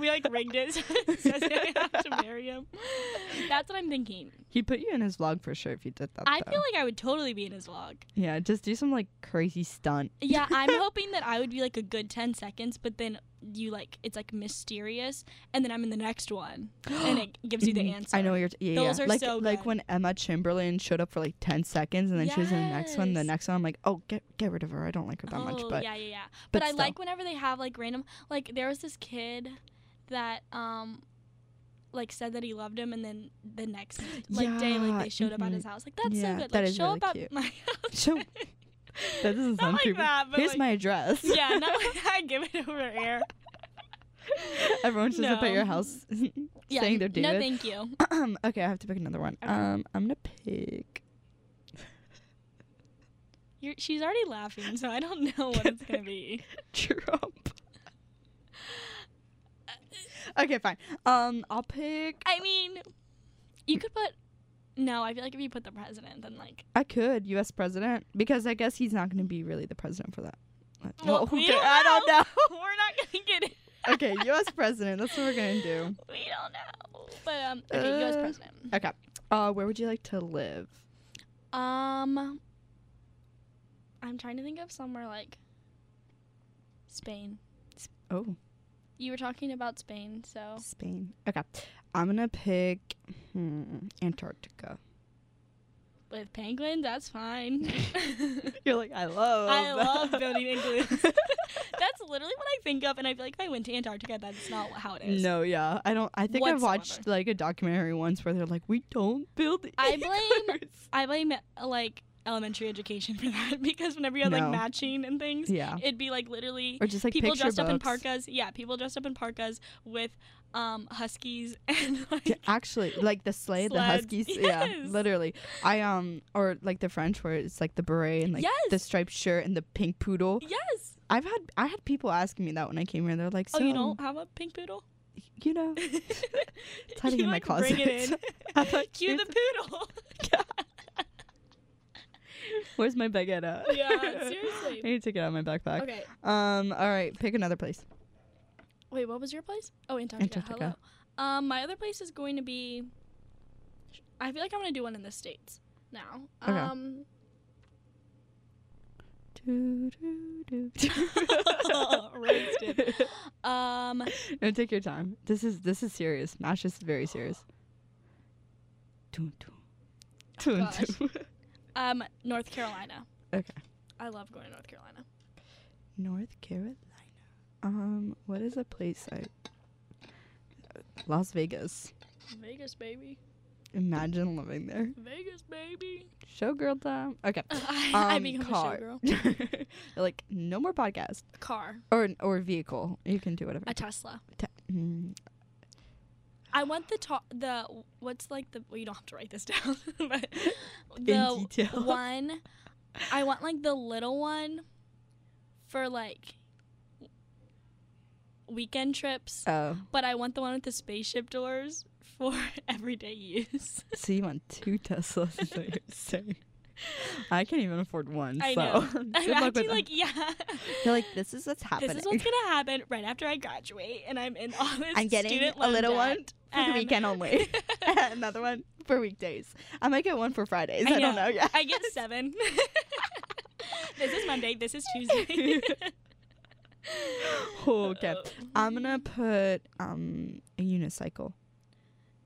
B: We like rigged it so it says I have to marry him. That's what I'm thinking.
A: He'd put you in his vlog for sure if you did that.
B: I
A: though.
B: feel like I would totally be in his vlog.
A: Yeah, just do some like crazy stunt.
B: Yeah, I'm hoping that I would be like a good 10 seconds, but then you like, it's like mysterious, and then I'm in the next one, and it gives you the
A: Mhm.
B: answer.
A: I know what you're. T- yeah,
B: Those
A: yeah.
B: are
A: like
B: so
A: like
B: good.
A: when Emma Chamberlain showed up for like ten seconds and then she was in the next one. The
B: Yes. Oh,
A: next one, I'm like, oh, get get rid of her. I don't like her that much. But
B: yeah, yeah, yeah.
A: but
B: But, I
A: still.
B: like whenever they have like random like there was this kid that um like said that he loved him and then the next like day like
A: Yeah,
B: they showed up at
A: mhm.
B: his house. Like that's
A: Yeah,
B: so good.
A: that
B: Like
A: is
B: show
A: really
B: up
A: cute.
B: at my house.
A: So That doesn't
B: Not
A: sound
B: like
A: creepy.
B: that, but
A: Here's
B: like-
A: my address.
B: yeah, not like I give it over air.
A: Everyone shows up at your
B: No.
A: house
B: Yeah,
A: saying they're
B: no,
A: David.
B: thank you.
A: okay, I have to pick another one.
B: Okay.
A: Um, I'm gonna pick.
B: You're, she's already laughing, so I don't know what it's gonna be.
A: Trump. okay, fine. Um, I'll pick.
B: I mean, you could put. No, I feel like if you put the president, then like.
A: I could U.S. president because I guess he's not going to be really the president for that. Uh,
B: Well,
A: who
B: we
A: ca-
B: don't
A: I don't know.
B: We're not gonna get it.
A: okay, U.S. president. That's what we're gonna do.
B: We don't know. But um, okay, U.S.
A: Uh,
B: president.
A: Okay. Uh, where would you like to live?
B: Um, I'm trying to think of somewhere like Spain.
A: Oh,
B: You were talking about Spain, so
A: Spain. Okay. I'm gonna pick hmm, Antarctica.
B: with penguins, that's fine.
A: You're like I love.
B: I love building igloos. that's literally what I think of, and I feel like if I went to Antarctica, that's not how it is.
A: No, yeah, I don't. I think I watched
B: Whatsoever.
A: like a documentary once where they're like, "We don't build."
B: I blame-
A: igloos."
B: I blame uh, like elementary education for that because whenever you had
A: No.
B: like matching and things,
A: Yeah,
B: it'd be like literally
A: or just like
B: people
A: picture
B: dressed up in
A: books.
B: parkas. Yeah, people dressed up in parkas with um huskies and like
A: Yeah, actually, like the sleigh, the
B: Sleds,
A: huskies. Yeah,
B: yes.
A: literally. I um, or like the French, where it's like the beret and like the
B: Yes.
A: striped shirt and the pink poodle.
B: yes.
A: I've had I had people asking me that when I came here. They're like, so, um,
B: oh, you don't have a pink poodle?
A: you know,
B: it's
A: hiding in my
B: Bring it
A: closet.
B: in.
A: I'm like,
B: Cue the
A: "Here's-
B: poodle.
A: where's my baguette? at?"
B: Yeah,
A: I
B: seriously.
A: need to take it out of my backpack.
B: okay.
A: Um, all right, pick another place.
B: Wait, what was your place? Oh, Antarctica.
A: Antarctica.
B: Hello. Um, my other place is going to be. I feel like I'm gonna do one in the states now.
A: Okay.
B: Um,
A: Do, do, do, do.
B: Roasted. um,
A: no, take your time. This is this is serious. Mash is very serious. Dun, dun. Dun,
B: gosh.
A: dun.
B: um, North Carolina.
A: Okay.
B: I love going to North Carolina.
A: North Carolina. Um, what is a place I Las Vegas.
B: Vegas, baby.
A: Imagine living there.
B: Vegas, baby.
A: Showgirl time. Okay.
B: I, I
A: Um,
B: become
A: car.
B: a showgirl.
A: like no more podcast
B: Car.
A: or or vehicle. You can do whatever.
B: A Tesla.
A: Ta- mm,
B: I want the top. The what's like the. Well, you don't have to write this down, but
A: in
B: the
A: detail.
B: one. I want like the little one, for like. Weekend trips,
A: Oh,
B: but I want the one with the spaceship doors for everyday use.
A: so you want two Teslas? Is what you're saying. I can't even afford one.
B: I
A: so
B: know.
A: good
B: I'm
A: luck with
B: acting
A: that.
B: like yeah.
A: You're like this is what's happening.
B: This is what's gonna happen right after I graduate, and I'm in all this.
A: I'm getting
B: student
A: a
B: loan
A: little
B: debt. Um,
A: one for the
B: and-
A: weekend only. Um, Another one for weekdays. I might get one for Fridays. I, don't know yet.
B: I get seven. this is Monday. This is Tuesday.
A: Oh,
B: Uh,
A: okay. I'm gonna put um a unicycle.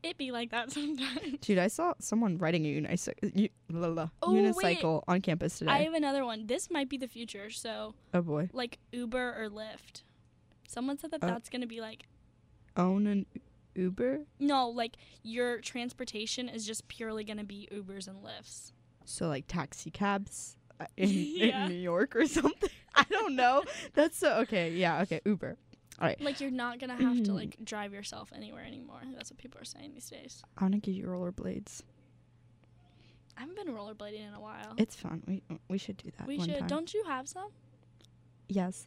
B: It be like that sometimes.
A: Dude, I saw someone riding a unicycle u- la, la, la,
B: Oh, wait.
A: unicycle on campus today.
B: I have another one. This might be the future. So,
A: oh boy,
B: like Uber or Lyft. Someone said that
A: Oh.
B: that's gonna be like
A: own an Uber.
B: no, like your transportation is just purely gonna be Ubers and Lyfts.
A: So like taxi cabs uh, in,
B: Yeah.
A: in New York or something. I don't know. That's so okay. Yeah. Okay. Uber.
B: Like you're not gonna have to
A: Mm.
B: like drive yourself anywhere anymore. That's what people are saying these days.
A: I wanna give you rollerblades.
B: I haven't been rollerblading in a while.
A: It's fun. We we should do that.
B: Oh. we
A: one
B: should.
A: Time.
B: Don't you have some?
A: Yes.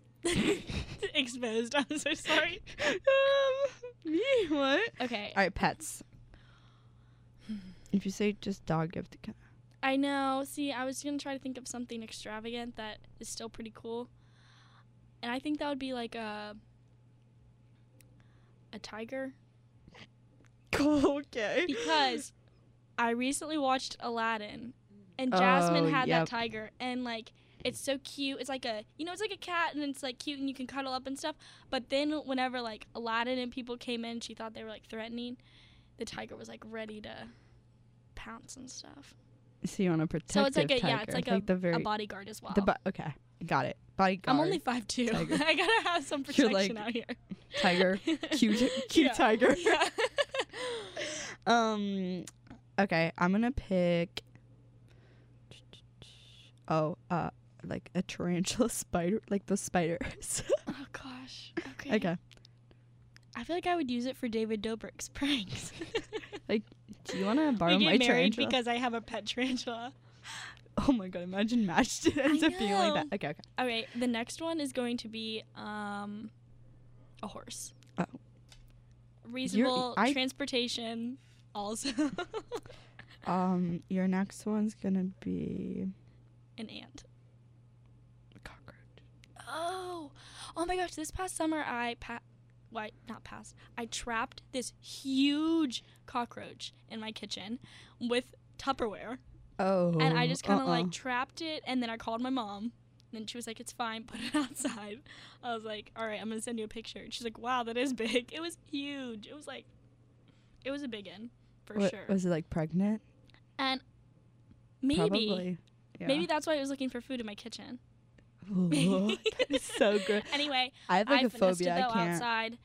B: Exposed. I'm so sorry.
A: um, me what?
B: Okay.
A: All right, pets. If you say just dog, you have to. count.
B: I know. See, I was gonna try to think of something extravagant that is still pretty cool, and I think that would be like a a tiger
A: Cool. Okay.
B: because I recently watched Aladdin, and Jasmine
A: Oh,
B: had
A: yep.
B: that tiger, and like it's so cute. It's like a you know it's like a cat, and it's like cute, and you can cuddle up and stuff. But then whenever like Aladdin and people came in, she thought they were like threatening. The tiger was like ready to pounce and stuff.
A: So you want to protect.
B: So it's like a
A: tiger,
B: yeah, it's like, a,
A: the very
B: a bodyguard as well.
A: the bu- okay. Got it. Bodyguard.
B: I'm only five two. I
A: tiger.
B: gotta have some
A: You're
B: protection
A: like-
B: out here.
A: tiger. Cute, cute
B: Yeah.
A: tiger.
B: Yeah.
A: Um. Okay, I'm gonna pick. Oh, uh, like a tarantula spider, like those spiders.
B: Oh gosh. Okay.
A: okay.
B: I feel like I would use it for David Dobrik's pranks.
A: Do you want to borrow
B: we
A: my
B: get married
A: tarantula?
B: because I have a pet tarantula.
A: oh my god! Imagine Match did ends up being like that.
B: know.
A: Okay, okay.
B: All right, the next one is going to be um, a horse.
A: Oh.
B: Reasonable
A: I-
B: transportation. Also,
A: Um, your next one's gonna be
B: an ant.
A: a cockroach.
B: Oh, oh my gosh! This past summer, I pa- why not past? I trapped this huge cockroach in my kitchen with Tupperware,
A: Oh.
B: and I just kind of
A: uh-uh.
B: like trapped it, and then I called my mom. And then she was like, "It's fine, put it outside." I was like, "All right, I'm gonna send you a picture." And she's like, "Wow, that is big. It was huge. It was like, it was a big one for
A: What-
B: sure.
A: Was it like pregnant?
B: maybe,
A: Probably. Yeah.
B: maybe that's why I was looking for food in my kitchen."
A: Ooh, that is so good.
B: Anyway,
A: I have like
B: I
A: a
B: finessed it
A: phobia. I
B: though
A: can't.
B: outside.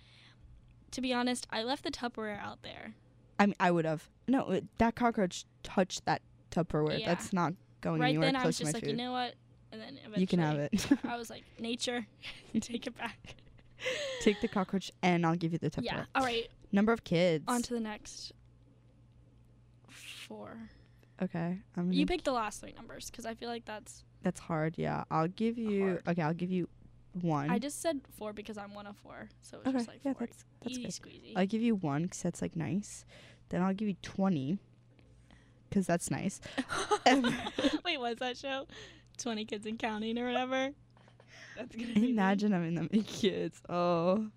B: To be honest, I left the Tupperware out there.
A: I mean, I would have. No, it, that cockroach touched that Tupperware.
B: Yeah.
A: That's not going
B: right
A: anywhere
B: then, I was
A: close
B: just
A: to my
B: like,
A: food.
B: you know what? And then eventually, Oh.
A: you can have it.
B: I was like, nature, take it back.
A: Take the cockroach, and I'll give you the Tupperware.
B: Yeah. All right.
A: Number of kids.
B: On to the next four.
A: okay. I'm gonna,
B: You pick the last three numbers because I feel like that's.
A: that's hard. Yeah. I'll give you.
B: Hard.
A: Okay. I'll give you one.
B: I just said four because I'm one of four, so it's
A: okay.
B: just like
A: yeah.
B: four.
A: That's that's
B: Easy
A: good.
B: squeezy.
A: I'll give you one because that's like nice. Then I'll give you twenty because that's nice.
B: Wait, what's that show? Twenty kids and counting or whatever. That's gonna be me.
A: Imagine having that many kids. Oh,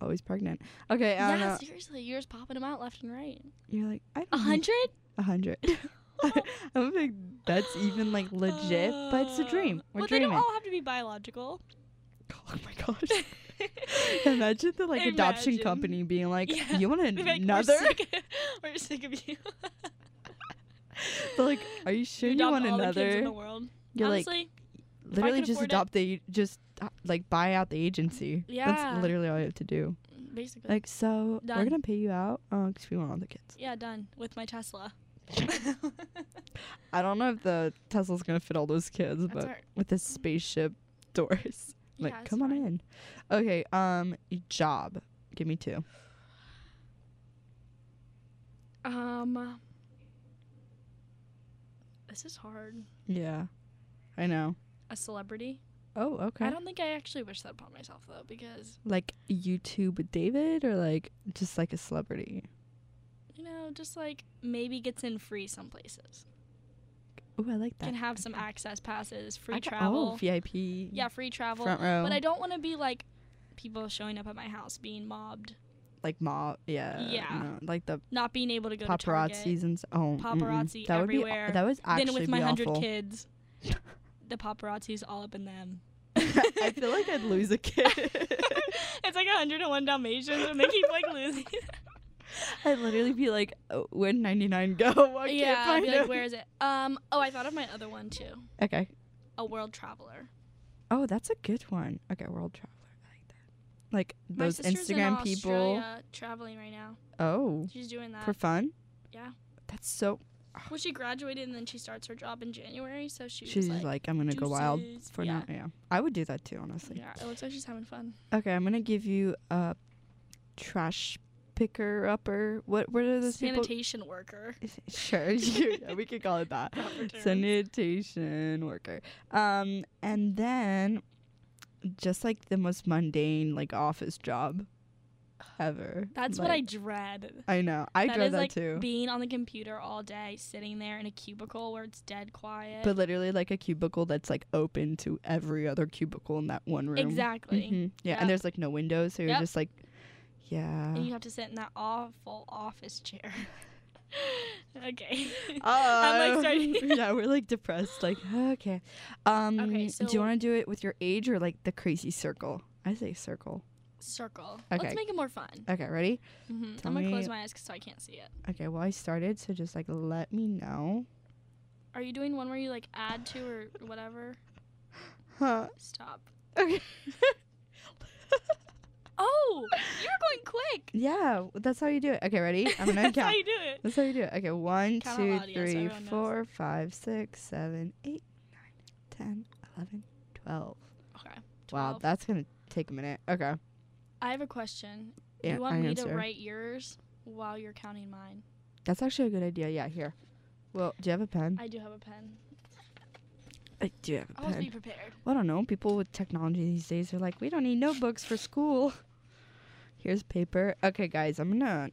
A: always pregnant. Okay. I
B: Yeah,
A: don't know.
B: seriously, you're just popping them out left and right.
A: You're like I
B: A
A: don't need
B: hundred?
A: a hundred. I don't think that's even like legit, but it's a dream. We're
B: Uh, well,
A: dreaming.
B: they don't all have to be biological.
A: oh my gosh! Imagine the like adoption
B: Imagine.
A: company being like,
B: Yeah.
A: "You want
B: They're like,
A: another?"
B: We're sick, we're sick of you.
A: They're like, "Are you sure
B: We
A: you
B: adopt
A: want
B: all The kids in the
A: another?"
B: world.
A: You're like,
B: Honestly, I
A: literally
B: could
A: just
B: afford it-
A: adopt the just uh, like buy out the agency.
B: Yeah.
A: that's literally all you have to do.
B: basically.
A: Like, so we're
B: Done.
A: gonna pay you out because we want all the kids.
B: yeah, done with my Tesla.
A: I don't know if the Tesla's gonna fit all those kids, but
B: That's right.
A: with the spaceship doors. Like,
B: Yeah, it's
A: come on
B: fine.
A: in. Okay, um, job. Give me two.
B: Um, this is hard.
A: Yeah, I know.
B: A celebrity.
A: Oh, okay.
B: I don't think I actually wish that upon myself though, because
A: Like YouTube with David, or like just like a celebrity.
B: you know, just like maybe gets in free some places.
A: Oh, I like that.
B: Can have some
A: Okay.
B: access passes, free
A: I ca-
B: travel.
A: Oh, VIP.
B: yeah, free travel.
A: Front row.
B: But I don't want to be like people showing up at my house being mobbed,
A: like mob. Yeah.
B: Yeah.
A: no, like the
B: not being able to go to Target.
A: paparazzis and s- oh, mm-mm.
B: Paparazzi
A: That would be.
B: everywhere.
A: That was actually
B: Then with
A: be
B: my hundred
A: awful.
B: kids, the paparazzi's all up in them.
A: I feel like I'd lose a kid.
B: it's like oh, 101 Dalmatians and they keep like losing.
A: I'd literally be like, oh, where'd 99 go? I can't
B: yeah, I'd
A: find
B: be like,
A: him."
B: where is it? Um, oh, I thought of my other one too.
A: Okay.
B: A world traveler.
A: Oh, that's a good one. Okay, world traveler. I like that. Like
B: My
A: those
B: sister's in
A: Instagram people.
B: Australia traveling right now.
A: Oh,
B: She's doing that.
A: for fun?
B: yeah.
A: That's so.
B: well, she graduated and then she starts her job in January, so she
A: She's
B: was
A: like,
B: like,
A: I'm gonna go wild
B: "Deuces."
A: for
B: yeah.
A: now. Yeah, I would do that too, honestly.
B: Yeah, it looks like she's having fun.
A: Okay, I'm gonna give you a trash picker upper. What? What are those people?
B: Sanitation worker.
A: Sure, you- yeah, we could call it that.
B: Proper term.
A: Sanitation worker. Um, and then just like the most mundane like office job ever.
B: That's what I
A: Like,
B: dread.
A: I know. I
B: That
A: dread
B: is,
A: that
B: like
A: too.
B: being on the computer all day, sitting there in a cubicle where it's dead quiet.
A: But literally, like a cubicle that's like open to every other cubicle in that one room.
B: exactly.
A: Mhm. Yeah,
B: Yep.
A: and there's like no windows, so you're
B: Yep.
A: just like, yeah.
B: And you have to sit in that awful office chair. okay.
A: Uh,
B: I'm like starting.
A: yeah, we're like depressed. Like, okay. Um,
B: Okay,
A: do you
B: so-
A: want to do it with your age or like the crazy circle? I say circle.
B: Circle.
A: Okay.
B: Let's make it more fun.
A: Okay, ready?
B: hmm
A: tell
B: I'm gonna
A: me-
B: close my eyes 'cause so I can't see it.
A: Okay, well, I started, so just like let me know.
B: Are you doing one where you like add to or whatever?
A: Huh.
B: Stop.
A: Okay.
B: Oh, you're going quick.
A: yeah, w- that's how you do it. Okay, ready? I'm gonna
B: That's how
A: count.
B: you do it.
A: That's how you do it. Okay, one,
B: Count out
A: two,
B: loud, yeah, so
A: three,
B: everyone knows.
A: four, five, six, seven, eight, nine, ten, eleven, 11, 12.
B: Okay.
A: Wow,
B: 12.
A: that's going to take a minute. Okay.
B: I have a question.
A: Yeah,
B: you want
A: I
B: me
A: answer.
B: to write yours while you're counting mine?
A: That's actually a good idea. Yeah, here. Well, do you have a pen?
B: I do have a pen.
A: I do have
B: Always be prepared.
A: Well, I don't know. People with technology these days are like, we don't need notebooks for school. Here's paper. Okay, guys, I'm gonna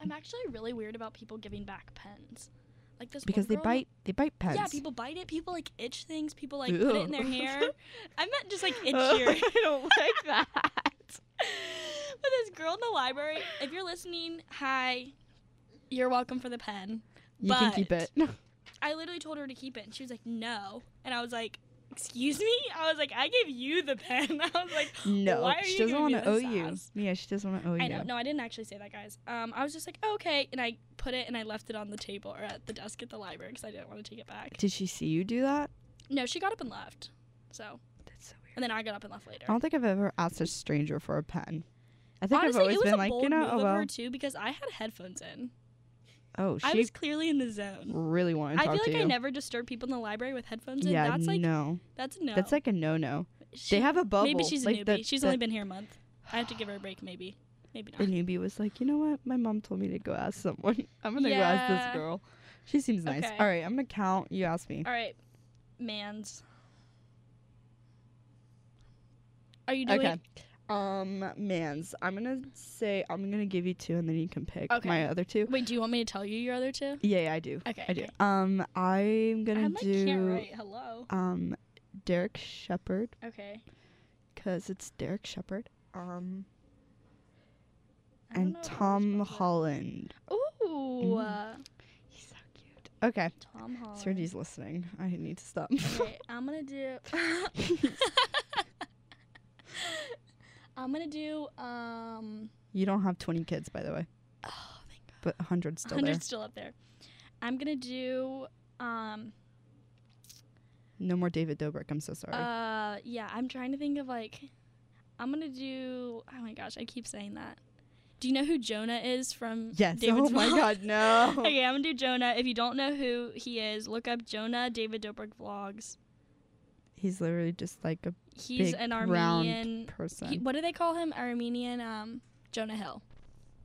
B: I'm actually really weird about people giving back pens. Like this one
A: because they
B: girl-
A: bite. They bite pens.
B: Yeah, people bite it. People like itch things. People like put it in their
A: Ew.
B: hair. I meant just like itch your.
A: Oh, I don't like that.
B: but this girl in the library, if you're listening, hi, you're welcome for the pen.
A: You can keep
B: But-
A: it.
B: I literally told her to keep it, and she was like, no. And I was like, excuse me? I was like, I gave you the pen. I was like,
A: No,
B: Why are
A: she
B: you
A: doesn't
B: giving
A: want
B: me
A: to owe
B: this
A: you.
B: ass?
A: Yeah, she doesn't want to owe you.
B: I know. No, I didn't actually say that, guys. Um, I was just like, oh, okay, and I put it and I left it on the table or at the desk at the library because I didn't want to take it back.
A: Did she see you do that?
B: No, she got up and left. So,
A: That's so weird.
B: and then I got up and left later.
A: I don't think I've ever asked a stranger for a pen. I think
B: Honestly,
A: I've always
B: it was
A: been
B: a
A: like,
B: bold
A: you know,
B: move
A: oh
B: of
A: well,
B: her too because I had headphones in.
A: oh
B: I
A: she
B: was clearly in the zone.
A: really wanted to
B: I
A: talk
B: feel
A: to
B: like
A: you.
B: I never disturb people in the library with headphones in.
A: yeah,
B: that's like
A: no.
B: that's a no.
A: that's like a no-no.
B: She-
A: They have a bubble.
B: Maybe she's a
A: like
B: newbie.
A: the-
B: she's
A: the-
B: only been here a month. I have to give her a break. Maybe, maybe
A: the
B: not.
A: newbie was like, you know what? My mom told me to go ask someone. I'm gonna go ask
B: Yeah.
A: this girl. She seems nice.
B: Okay.
A: All right, I'm gonna count. You ask me.
B: All right, man's. Are you doing?
A: okay. Um, man's. I'm gonna say I'm gonna give you two, and then you can pick
B: Okay.
A: my other two.
B: Wait, do you want me to tell you your other two?
A: Yeah, yeah, I do.
B: Okay,
A: I do.
B: okay.
A: Um, I'm gonna
B: I'm like
A: do
B: can't write. Hello.
A: um Derek Shepard
B: Okay.
A: because it's Derek Shepard. Um,
B: I don't
A: and
B: know if I
A: Tom Mm.
B: was supposed
A: Holland.
B: to- Ooh, uh,
A: He's so cute. Okay,
B: Tom Holland.
A: Sergi's listening. I need to stop.
B: Okay, I'm gonna do. I'm gonna do. Um.
A: you don't have 20 kids, by the way.
B: Oh, thank God.
A: but 100 still there.
B: Hundred's still up there. I'm gonna do. Um.
A: No more David Dobrik. I'm so sorry.
B: Uh. Yeah, I'm trying to think of like. I'm gonna do. Oh my gosh, I keep saying that. Do you know who Jonah is from?
A: yes.
B: David's
A: oh my
B: Mom?
A: God, no.
B: okay, I'm gonna do Jonah. If you don't know who he is, look up Jonah David Dobrik vlogs.
A: He's literally just like a
B: He's
A: Big,
B: an
A: round
B: Armenian.
A: person.
B: he- what do they call him? Armenian. Um, Jonah Hill.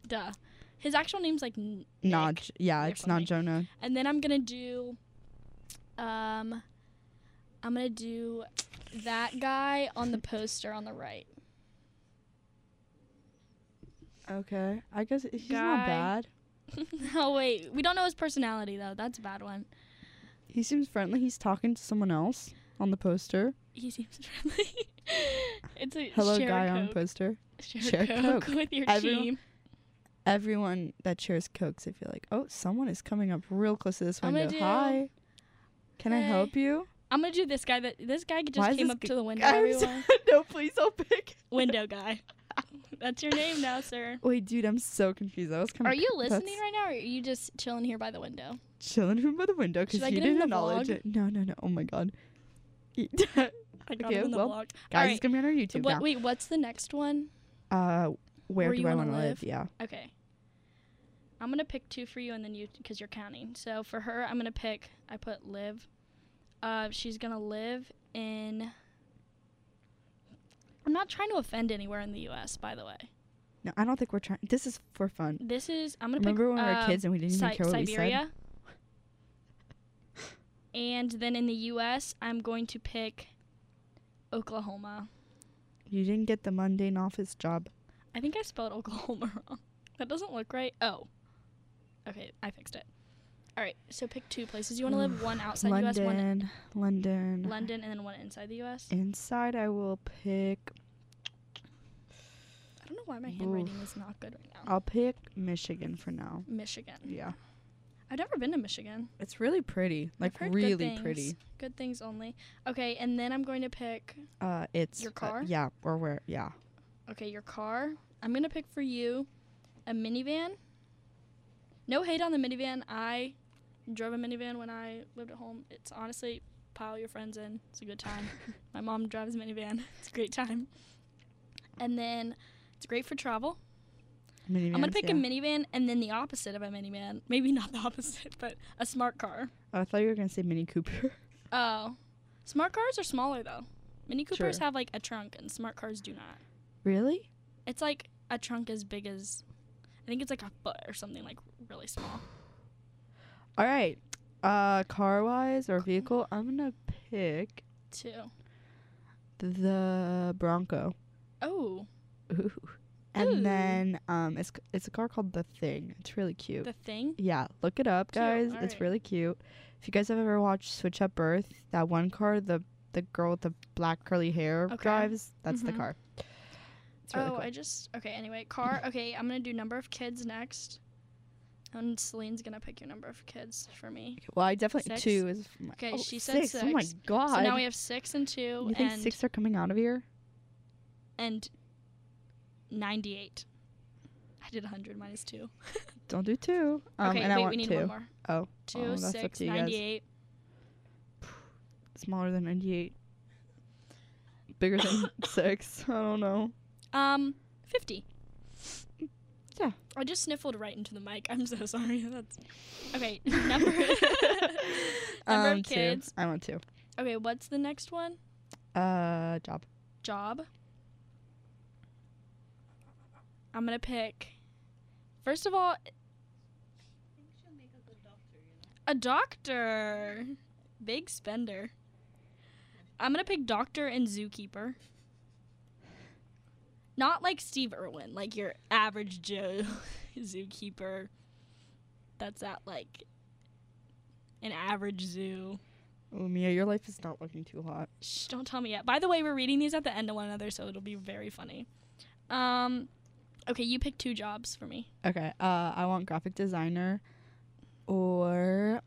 B: Duh. His actual name's like N- Nick.
A: not, J- yeah,
B: You're
A: it's not
B: funny.
A: Jonah.
B: And then I'm gonna do. Um, I'm gonna do that guy on the poster on the right.
A: Okay. I guess he's
B: Guy.
A: not bad.
B: oh wait, we don't know his personality though. That's a bad one.
A: He seems friendly. He's talking to someone else on the poster.
B: He seems friendly. it's a
A: Hello,
B: share a
A: guy on
B: Coke.
A: poster.
B: share,
A: Share
B: coke,
A: Coke.
B: with your
A: Everyone-
B: team.
A: Everyone that shares Cokes, I feel like, oh, someone is coming up real close to this
B: I'm gonna
A: window.
B: do-
A: Hi. Can I
B: Hey.
A: help you?
B: I'm gonna do this guy. That this guy just
A: Why is
B: came
A: this
B: up
A: g-
B: to the window.
A: I'm
B: everyone.
A: so- no, please don't pick.
B: window guy. That's your name now, sir.
A: Wait, dude, I'm so confused. I was kind of.
B: Are you listening right now, or are you just chilling here by the window?
A: chilling room by the window because
B: Should I
A: he
B: get him in
A: didn't
B: the
A: acknowledge
B: vlog?
A: it. No, no, no. Oh my god. He- Guys,
B: I got
A: Okay,
B: him in the
A: well,
B: vlog.
A: it's gonna be on our YouTube
B: What, wait, what's the next one?
A: now. Uh, where,
B: Where
A: do
B: you
A: I
B: wanna
A: want to live?
B: live?
A: Yeah.
B: Okay. I'm gonna pick two for you, and then you because you're counting. So for her, I'm gonna pick. I put live. Uh, she's gonna live in. I'm not trying to offend anywhere in the U.S. By the way,
A: No, I don't think we're trying. This is for fun.
B: this is. I'm gonna
A: Remember
B: pick.
A: when we were
B: uh,
A: kids and we didn't even
B: Si-
A: care what we said?
B: Siberia. and then in the U.S., I'm going to pick Oklahoma.
A: You didn't get the mundane office job.
B: I think I spelled Oklahoma wrong. That doesn't look right. Oh. Okay, I fixed it. All right, so pick two places you want to live one outside the US, one
A: London, London,
B: London, and then one inside the US.
A: Inside, I will pick.
B: I don't know why my handwriting is not good right now.
A: I'll pick Michigan for now.
B: Michigan.
A: Yeah,
B: I've never been to Michigan.
A: it's really pretty.
B: I've
A: Like
B: heard good
A: really
B: things.
A: pretty.
B: Good things only. Okay, and then I'm going to pick.
A: Uh, it's
B: Your
A: uh,
B: car?
A: yeah, or where? Yeah.
B: Okay, your car. I'm going to pick for you a minivan. No hate on the minivan. I drove a minivan when I lived at home. It's honestly pile your friends in. It's a good time. My mom drives a minivan. It's a great time. And then it's great for travel. I'm gonna
A: Minivans,
B: pick
A: yeah.
B: a minivan and then the opposite of a minivan. Maybe not the opposite, but a smart car.
A: Oh, I thought you were gonna say Mini Cooper.
B: Oh. Smart cars are smaller though. Mini Coopers
A: Sure.
B: have like a trunk, and smart cars do not.
A: Really?
B: It's like a trunk as big as, I think it's like a foot or something, like really small.
A: All right. Uh, car wise or vehicle, I'm gonna pick
B: Too.
A: the Bronco.
B: Oh,
A: Ooh. And
B: Ooh.
A: then um, it's c- it's a car called the Thing. It's really cute.
B: the thing.
A: yeah, look it up,
B: Cute,
A: guys.
B: all
A: It's
B: right.
A: really cute. If you guys have ever watched Switch Up Birth, that one car, the the girl with the black curly hair
B: Okay.
A: drives, that's the
B: Mhm.
A: car. It's really
B: oh,
A: cool.
B: I just okay. Anyway, car. okay, I'm gonna do number of kids next, and Celine's gonna pick your number of kids for me.
A: well, I definitely
B: Six?
A: two is my,
B: Okay,
A: oh,
B: she said
A: Oh my
B: six.
A: god!
B: So now we have six and two,
A: you think
B: and
A: six are coming out of here?
B: and ninety-eight. I did hundred minus two.
A: Don't do two. Um,
B: okay,
A: and I
B: wait,
A: want
B: we need
A: two.
B: one more.
A: Oh,
B: Two,
A: Oh, that's up
B: six,
A: to you guys.
B: 98.
A: smaller than ninety-eight. Bigger than six. I don't know.
B: Um, fifty.
A: Yeah.
B: I just sniffled right into the mic. I'm so sorry. That's okay. Number number
A: um,
B: of
A: two.
B: kids.
A: I want two.
B: Okay, what's the next one?
A: Uh, job.
B: job. I'm gonna pick. First of all, a doctor, big spender. I'm gonna pick doctor and zookeeper. Not like Steve Irwin, like your average Joe zookeeper. That's at like an average zoo.
A: Oh, Mia, your life is not looking too hot.
B: Shh, don't tell me yet. By the way, we're reading these at the end of one another, so it'll be very funny. Um, okay, you pick two jobs for me.
A: Okay. Uh, I want graphic designer, or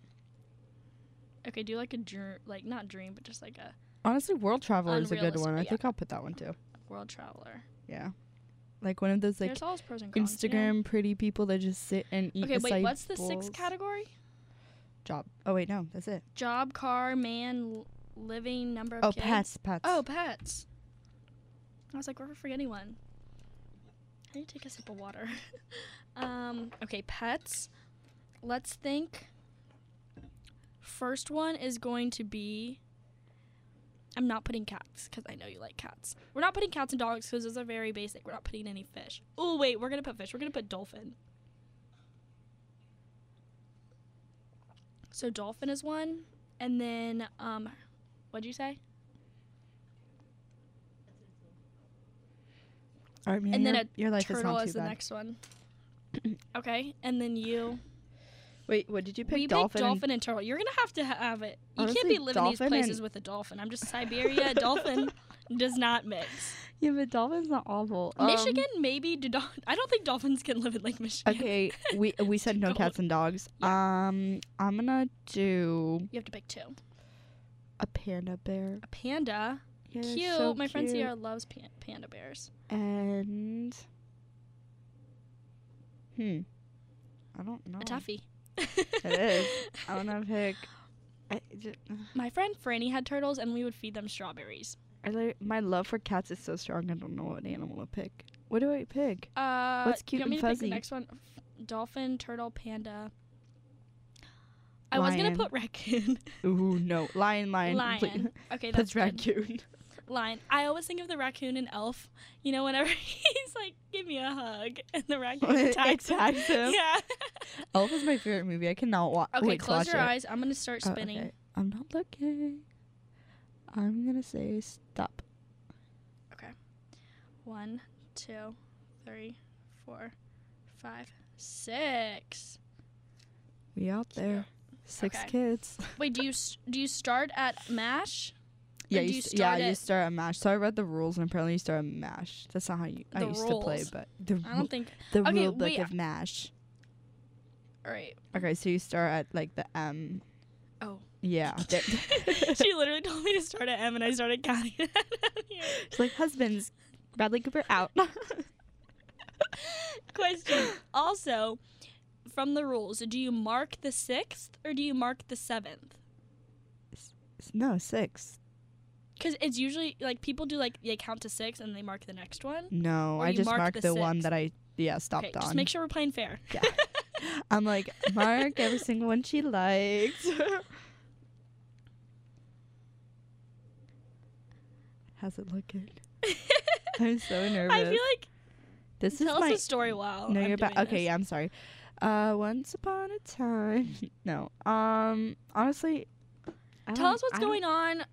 B: Okay, do like a dream, like not dream, but just like a
A: honestly, world traveler is a good one. I
B: Unrealistic,
A: think I'll put that one too.
B: world traveler.
A: Yeah. Like one of those like
B: There's all those pros and cons. you know?
A: Instagram pretty people that just sit and eat.
B: Okay, wait,
A: acai
B: what's the sixth
A: bowls.
B: category?
A: Job. Oh wait, no, that's it.
B: Job, car, man, l- living, number of
A: Oh,
B: kids.
A: pets, pets.
B: Oh, pets. I was like, we're forgetting one. I need to take a sip of water. um, okay, pets. Let's think. First one is going to be. I'm not putting cats because I know you like cats. We're not putting cats and dogs because those are very basic. We're not putting any fish. Oh wait, we're gonna put fish. We're gonna put dolphin. So dolphin is one, and then um, what'd you say?
A: All right, Mia,
B: and then
A: your,
B: a
A: your life is
B: turtle
A: not
B: is
A: too
B: the
A: bad.
B: next one. okay, and then you.
A: Wait, what did you pick?
B: we
A: dolphin.
B: picked dolphin and turtle. You're gonna have to ha- have it. You can't
A: Honestly,
B: be living these
A: dolphin
B: places
A: and-
B: with a dolphin. I'm just Siberia. dolphin does not mix.
A: yeah, but dolphin's not awful. Um,
B: Michigan maybe. Do dol- I don't think dolphins can live in Lake Michigan.
A: Okay, we we said no
B: Don't.
A: cats and dogs. Um, I'm gonna do
B: You have to pick two.
A: a panda bear.
B: A panda.
A: Yeah, they're
B: cute.
A: so
B: My friend
A: cute.
B: Sierra loves pan- panda bears.
A: And hmm, I don't know.
B: A toughie.
A: Oh. is. I wanna pick. I, just,
B: My friend Franny had turtles, and we would feed them strawberries.
A: I literally, my love for cats is so strong. I don't know what animal to pick. What do I pick?
B: Uh,
A: What's
B: do
A: cute
B: you want
A: and
B: me to pick
A: fuzzy?
B: the next one? F- Dolphin, turtle, panda. I was gonna
A: Lion.
B: put raccoon.
A: Ooh no, lion, lion, please.
B: Lion. Okay, that's
A: That's
B: good.
A: raccoon.
B: Lion. I always think of the raccoon and elf. You know, whenever he's like, "Give me a hug," and the raccoon attacks him.
A: Attacks him.
B: Yeah.
A: Elf is my favorite movie. I cannot wa-
B: Okay,
A: wait to watch.
B: close your
A: it.
B: eyes. I'm gonna start
A: Oh,
B: spinning.
A: okay. I'm not looking. I'm gonna say stop.
B: One, two, three, four, five, six.
A: We out there. Six
B: Okay.
A: kids.
B: Wait, do you s- do you start at mash?
A: Yeah,
B: Or
A: you
B: do you
A: st- yeah,
B: start
A: you
B: at-
A: start at mash. So I read the rules, and apparently you start at mash. That's not how you. I
B: The
A: used to play,
B: rules.
A: but the
B: I
A: ru-
B: don't think.
A: the
B: okay,
A: rule book
B: wait,
A: of mash.
B: All right.
A: Okay, so you start at like the M.
B: Oh.
A: Yeah. there-
B: she literally told me to start at M, and I started counting. it out here.
A: it's like husbands. Bradley Cooper out.
B: Question. Also, from the rules, do you mark the sixth or do you mark the seventh?
A: no six.
B: Because it's usually like people do like they count to six and they mark the next one.
A: No,
B: Or
A: I
B: you
A: just
B: mark
A: marked
B: the
A: the, one
B: six.
A: that I yeah stopped
B: Okay,
A: on.
B: just make sure we're playing fair.
A: Yeah. I'm like mark every single one she likes. How's it looking? I'm so
B: I
A: nervous.
B: feel like
A: this is
B: tell
A: my
B: us a story while
A: No,
B: Oh, I'm
A: you're
B: doing
A: back. Okay,
B: this.
A: yeah, I'm sorry. Uh, once upon a time. no. Um. Honestly. I
B: Tell
A: don't-
B: us what's
A: I don't-
B: going on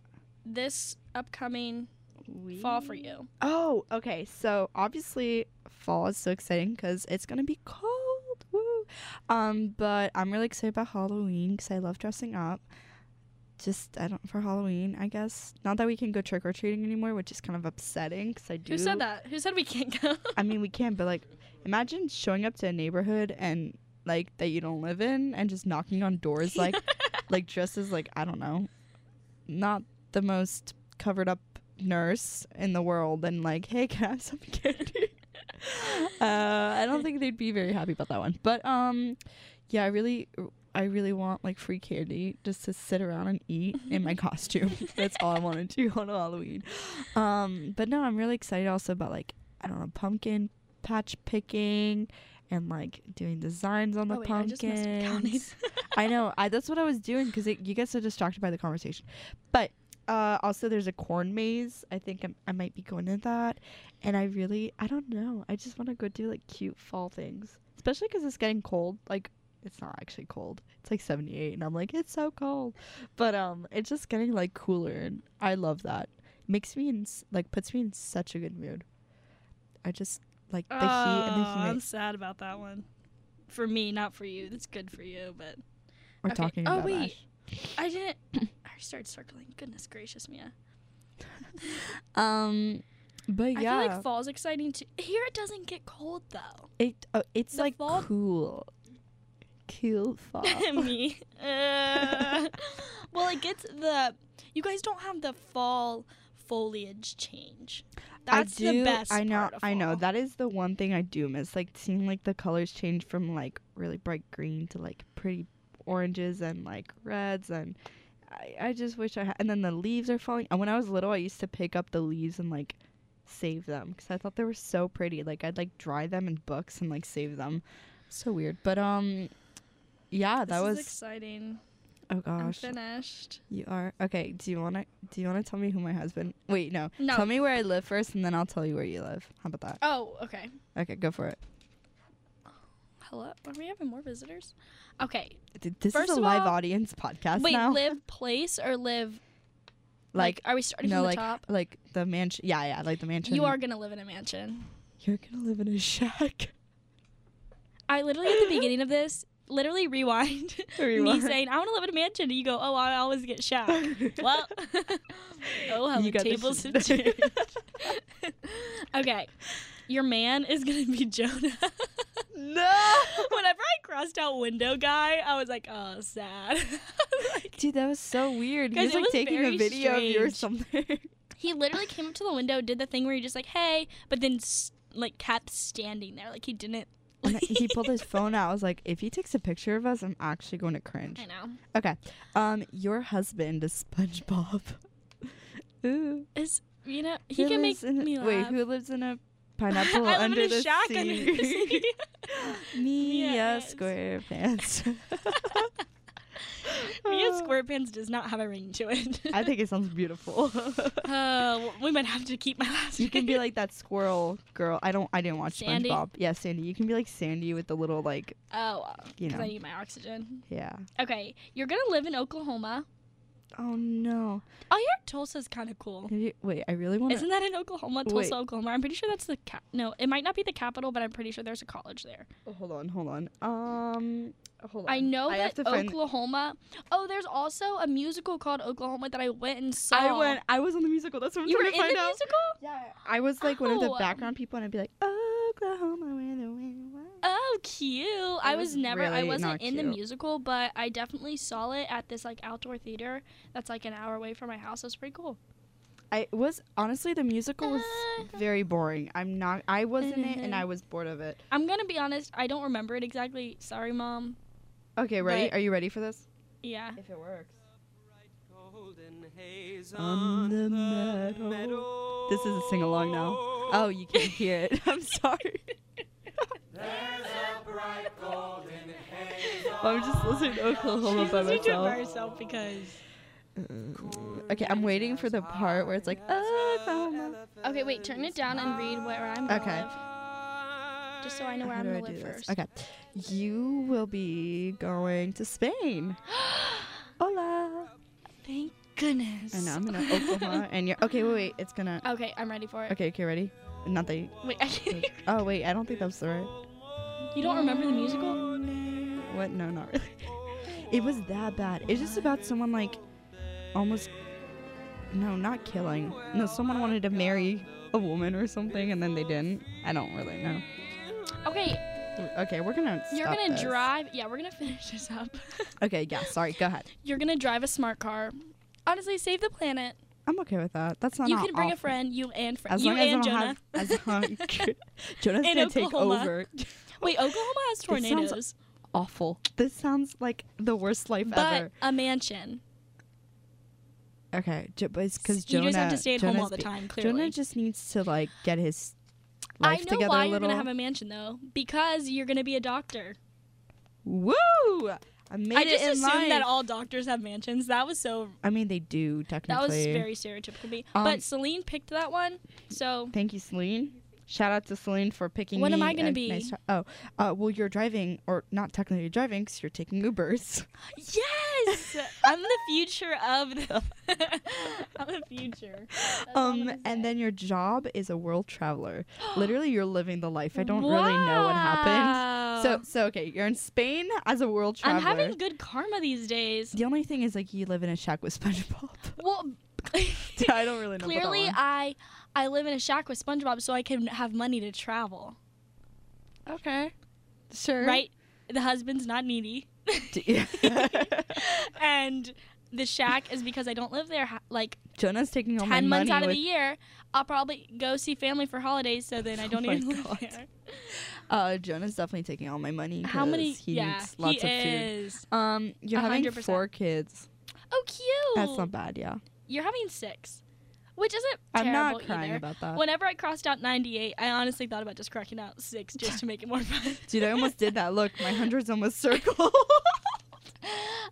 B: this upcoming fall for
A: We-
B: you.
A: Oh, okay. So obviously, fall is so exciting because it's gonna be cold. Woo. Um, but I'm really excited about Halloween because I love dressing up. Just I don't for Halloween, I guess. Not that we can go trick or treating anymore, which is kind of upsetting because I do.
B: Who said that? Who said we can't go?
A: I mean, we can, but like, imagine showing up to a neighborhood and like that you don't live in, and just knocking on doors like like dressed as like I don't know, not the most covered up nurse in the world, and like, hey, can I have some candy? uh, I don't think they'd be very happy about that one. But um, yeah, I really, I really want like free candy just to sit around and eat in my costume. That's all I want to do on Halloween. Um, but no, I'm really excited also about like I don't know pumpkin patch picking. And like doing designs on the
B: oh, wait, I just messed up counting.
A: pumpkins. I know. I, that's what I was doing because you get so distracted by the conversation. But uh, also, there's a corn maze. I think I'm, I might be going to that. And I really, I don't know. I just want to go do like cute fall things, especially because it's getting cold. Like, it's not actually cold. It's like 78, and I'm like, it's so cold. But um, it's just getting like cooler, and I love that. Makes me in s- like puts me in such a good mood. I just like the heat and the
B: Oh, I'm
A: humidity.
B: sad about that one. For me, not for you. That's good for you, but
A: We're
B: okay.
A: talking
B: Oh,
A: about
B: wait.
A: Ash.
B: I didn't. I started circling. Goodness gracious, Mia.
A: Um, but yeah.
B: I feel like fall's exciting too. Here it doesn't get cold though.
A: It oh, it's
B: The
A: like
B: fall-
A: cool, cool fall.
B: Me. Uh, well, it gets the. You guys don't have the fall foliage change. That's
A: I do.
B: the best.
A: I know.
B: part of
A: I know.
B: fall.
A: That is the one thing I do miss, like seeing like the colors change from like really bright green to like pretty oranges and like reds and. I, I just wish I had. And then the leaves are falling. And when I was little, I used to pick up the leaves and like save them because I thought they were so pretty. Like I'd like dry them in books and like save them. So weird. But um, yeah,
B: This
A: that
B: is
A: was.
B: exciting.
A: oh
B: I'm
A: gosh.
B: finished.
A: You are okay. Do you wanna do you wanna tell me who my husband? Wait, no.
B: No.
A: Tell me where I live first, and then I'll tell you where you live. How about that?
B: Oh, okay.
A: Okay, go for it.
B: Hello. Are we having more visitors? Okay.
A: Th- This
B: First
A: is a
B: of
A: live
B: all-
A: audience podcast
B: Wait,
A: now.
B: live place or live
A: like,
B: like, are we starting
A: no,
B: from the
A: like
B: top?
A: like the mansion. Yeah, yeah, like the mansion.
B: You are gonna live in a mansion.
A: You're gonna live in a shack.
B: I literally at the beginning of this, literally rewind, me
A: Rewind.
B: saying, I wanna live in a mansion and you go, Oh, I always get shack. well Oh how
A: You
B: the
A: got the
B: tables
A: sh-
B: have changed. okay. Your man is gonna be Jonah.
A: no,
B: Whenever I crossed out window guy, I was like, oh, sad. Like,
A: dude, that was so weird. He
B: Guys,
A: was
B: it
A: like
B: was
A: taking
B: very
A: a video of you or
B: strange.
A: something.
B: he literally came up to the window, did the thing where you're just like, hey, but then s- like kept standing there, like he didn't.
A: And he pulled his phone out. I was like, if he takes a picture of us, I'm actually going to cringe.
B: I know.
A: Okay. Um, your husband is SpongeBob. Ooh.
B: It's you know he
A: Who
B: can make
A: lives in,
B: me laugh.
A: Wait, who lives in a pineapple
B: I live
A: under
B: in a
A: the
B: shack
A: sea?
B: under the sea.
A: Mia
B: Yes.
A: SquarePants.
B: Mia
A: Oh,
B: SquarePants does not have a ring to it.
A: I think it sounds beautiful.
B: Uh, w- we might have to keep my last.
A: Oh. you can be
B: name.
A: like that squirrel girl. I don't. I didn't watch
B: Sandy?
A: SpongeBob. Yeah, Sandy. You can be like Sandy with the little like.
B: oh,
A: You
B: because
A: know.
B: I need my oxygen.
A: Yeah.
B: Okay, you're gonna live in Oklahoma.
A: Oh no.
B: Oh, your Tulsa's kind of cool.
A: Have you- wait. I really want
B: Isn't
A: to.
B: that in Oklahoma? Tulsa,
A: Wait.
B: Oklahoma. I'm pretty sure that's the cap. No, it might not be the capital, but I'm pretty sure there's a college there.
A: Oh, hold on. Hold on. Um. Hold on.
B: I know
A: I have
B: that
A: to find-
B: Oklahoma. Oh, there's also a musical called Oklahoma that I went and saw.
A: I went. I was on the musical. That's what I'm
B: You were
A: trying
B: in
A: to find
B: the
A: out.
B: musical?
A: Yeah, I was like one of the
B: Oh.
A: background people, and I'd be like, Oklahoma, where the wind blows."
B: Oh, cute! I was,
A: was
B: never. I
A: really
B: wasn't
A: not
B: in the
A: cute.
B: musical, but I definitely saw it at this like outdoor theater that's like an hour away from my house. It was pretty cool.
A: I was honestly the musical was
B: Uh.
A: very boring. I'm not. I was in it, and
B: Mhm.
A: I was bored of it.
B: I'm gonna be honest. I don't remember it exactly. Sorry, mom.
A: Okay, ready?
B: But-
A: Are you ready for this?
B: Yeah.
A: If it works.
C: Golden haze
A: On the meadow. This is a sing-along now. Oh, you can't hear it. I'm sorry.
C: There's a bright golden haze.
A: I'm just listening to Oklahoma by
B: She's listening to it by
A: myself. Uh,
B: herself because
A: Okay, I'm waiting for the part where it's like, "Ah, Oklahoma.
B: Okay, wait, turn it down and read where I'm going
A: Okay.
B: Just so I know where
A: How
B: I'm
A: do I
B: going to
A: do
B: live
A: this?
B: first.
A: Okay. You will be going to Spain. Hola.
B: Thank goodness.
A: I know, I'm in Oklahoma. And you're. Okay, wait, wait. It's gonna.
B: okay, I'm ready for it.
A: Okay, okay, ready? Not that you-
B: Wait, I can't hear-
A: Oh, wait, I don't think that's the right.
B: you don't remember the musical?
A: What? No, not really. It was that bad. It's just about someone like almost no, not killing. No, someone wanted to marry a woman or something, and then they didn't. I don't really know.
B: Okay,
A: Okay, we're gonna.
B: you're
A: stop
B: gonna
A: this.
B: drive. Yeah, we're gonna finish this up.
A: Okay, yeah. Sorry. Go ahead.
B: you're gonna drive a smart car. Honestly, save the planet.
A: I'm okay with that. That's not.
B: you
A: all
B: can bring a
A: awful.
B: friend, you and friend,
A: As
B: you
A: long as I
B: and
A: don't
B: Jonah.
A: have. As long, Jonah's
B: In
A: gonna take
B: Oklahoma.
A: over.
B: Wait, Oklahoma has
A: sounds
B: tornadoes,
A: Awful. This sounds like the worst life
B: but
A: ever.
B: a mansion.
A: Okay, j- but it's because
B: you
A: Jonah.
B: just have to stay at home
A: Jonah's
B: all the
A: be-
B: time.
A: Jonah
B: Clearly,
A: just needs to like get his
B: I
A: life
B: know
A: together a
B: why you're
A: little.
B: gonna have a mansion though, because you're gonna be a doctor.
A: Woo! I made
B: I just
A: it in
B: assumed
A: life.
B: that all doctors have mansions. That was so.
A: I mean, they do
B: That was
A: technically.
B: very stereotypical. of me.
A: Um,
B: but Celine picked that one, so
A: Thank you, Celine. Shout out to Celine for picking me.
B: What am I gonna
A: and
B: be?
A: nice to- oh, uh, well, you're driving, or not technically driving, because you're taking Ubers.
B: yes, I'm the future of the. I'm the future. That's all I'm
A: Um,
B: gonna
A: and
B: say.
A: then your job is a world traveler. Literally, you're living the life. I don't really know what happened. So,
B: Wow.
A: so okay, you're in Spain as a world traveler.
B: I'm having good karma these days.
A: the only thing is like you live in a shack with SpongeBob.
B: Well,
A: I don't really know. about that
B: clearly
A: one.
B: I I live in a shack with SpongeBob, so I can have money to travel.
A: okay, sure.
B: Right? The husband's not needy,
A: D-
B: and the shack is because I don't live there ha- like
A: Jonah's taking all my
B: ten months
A: money
B: out of
A: with
B: the year. I'll probably go see family for holidays, so then I don't
A: Oh my
B: even
A: God.
B: live there.
A: Uh, Jonah's definitely taking all my money.
B: How many?
A: 'cause He
B: yeah,
A: eats lots
B: he
A: of food.
B: is.
A: Um, you're
B: A
A: having
B: hundred percent.
A: four kids.
B: Oh, cute.
A: That's not bad. Yeah,
B: You're having six, which isn't
A: I'm
B: terrible
A: not crying
B: either.
A: about that.
B: Whenever I crossed out 98, I honestly thought about just cracking out six just to make it more fun.
A: Dude, I almost did that. Look, my hundreds almost circle.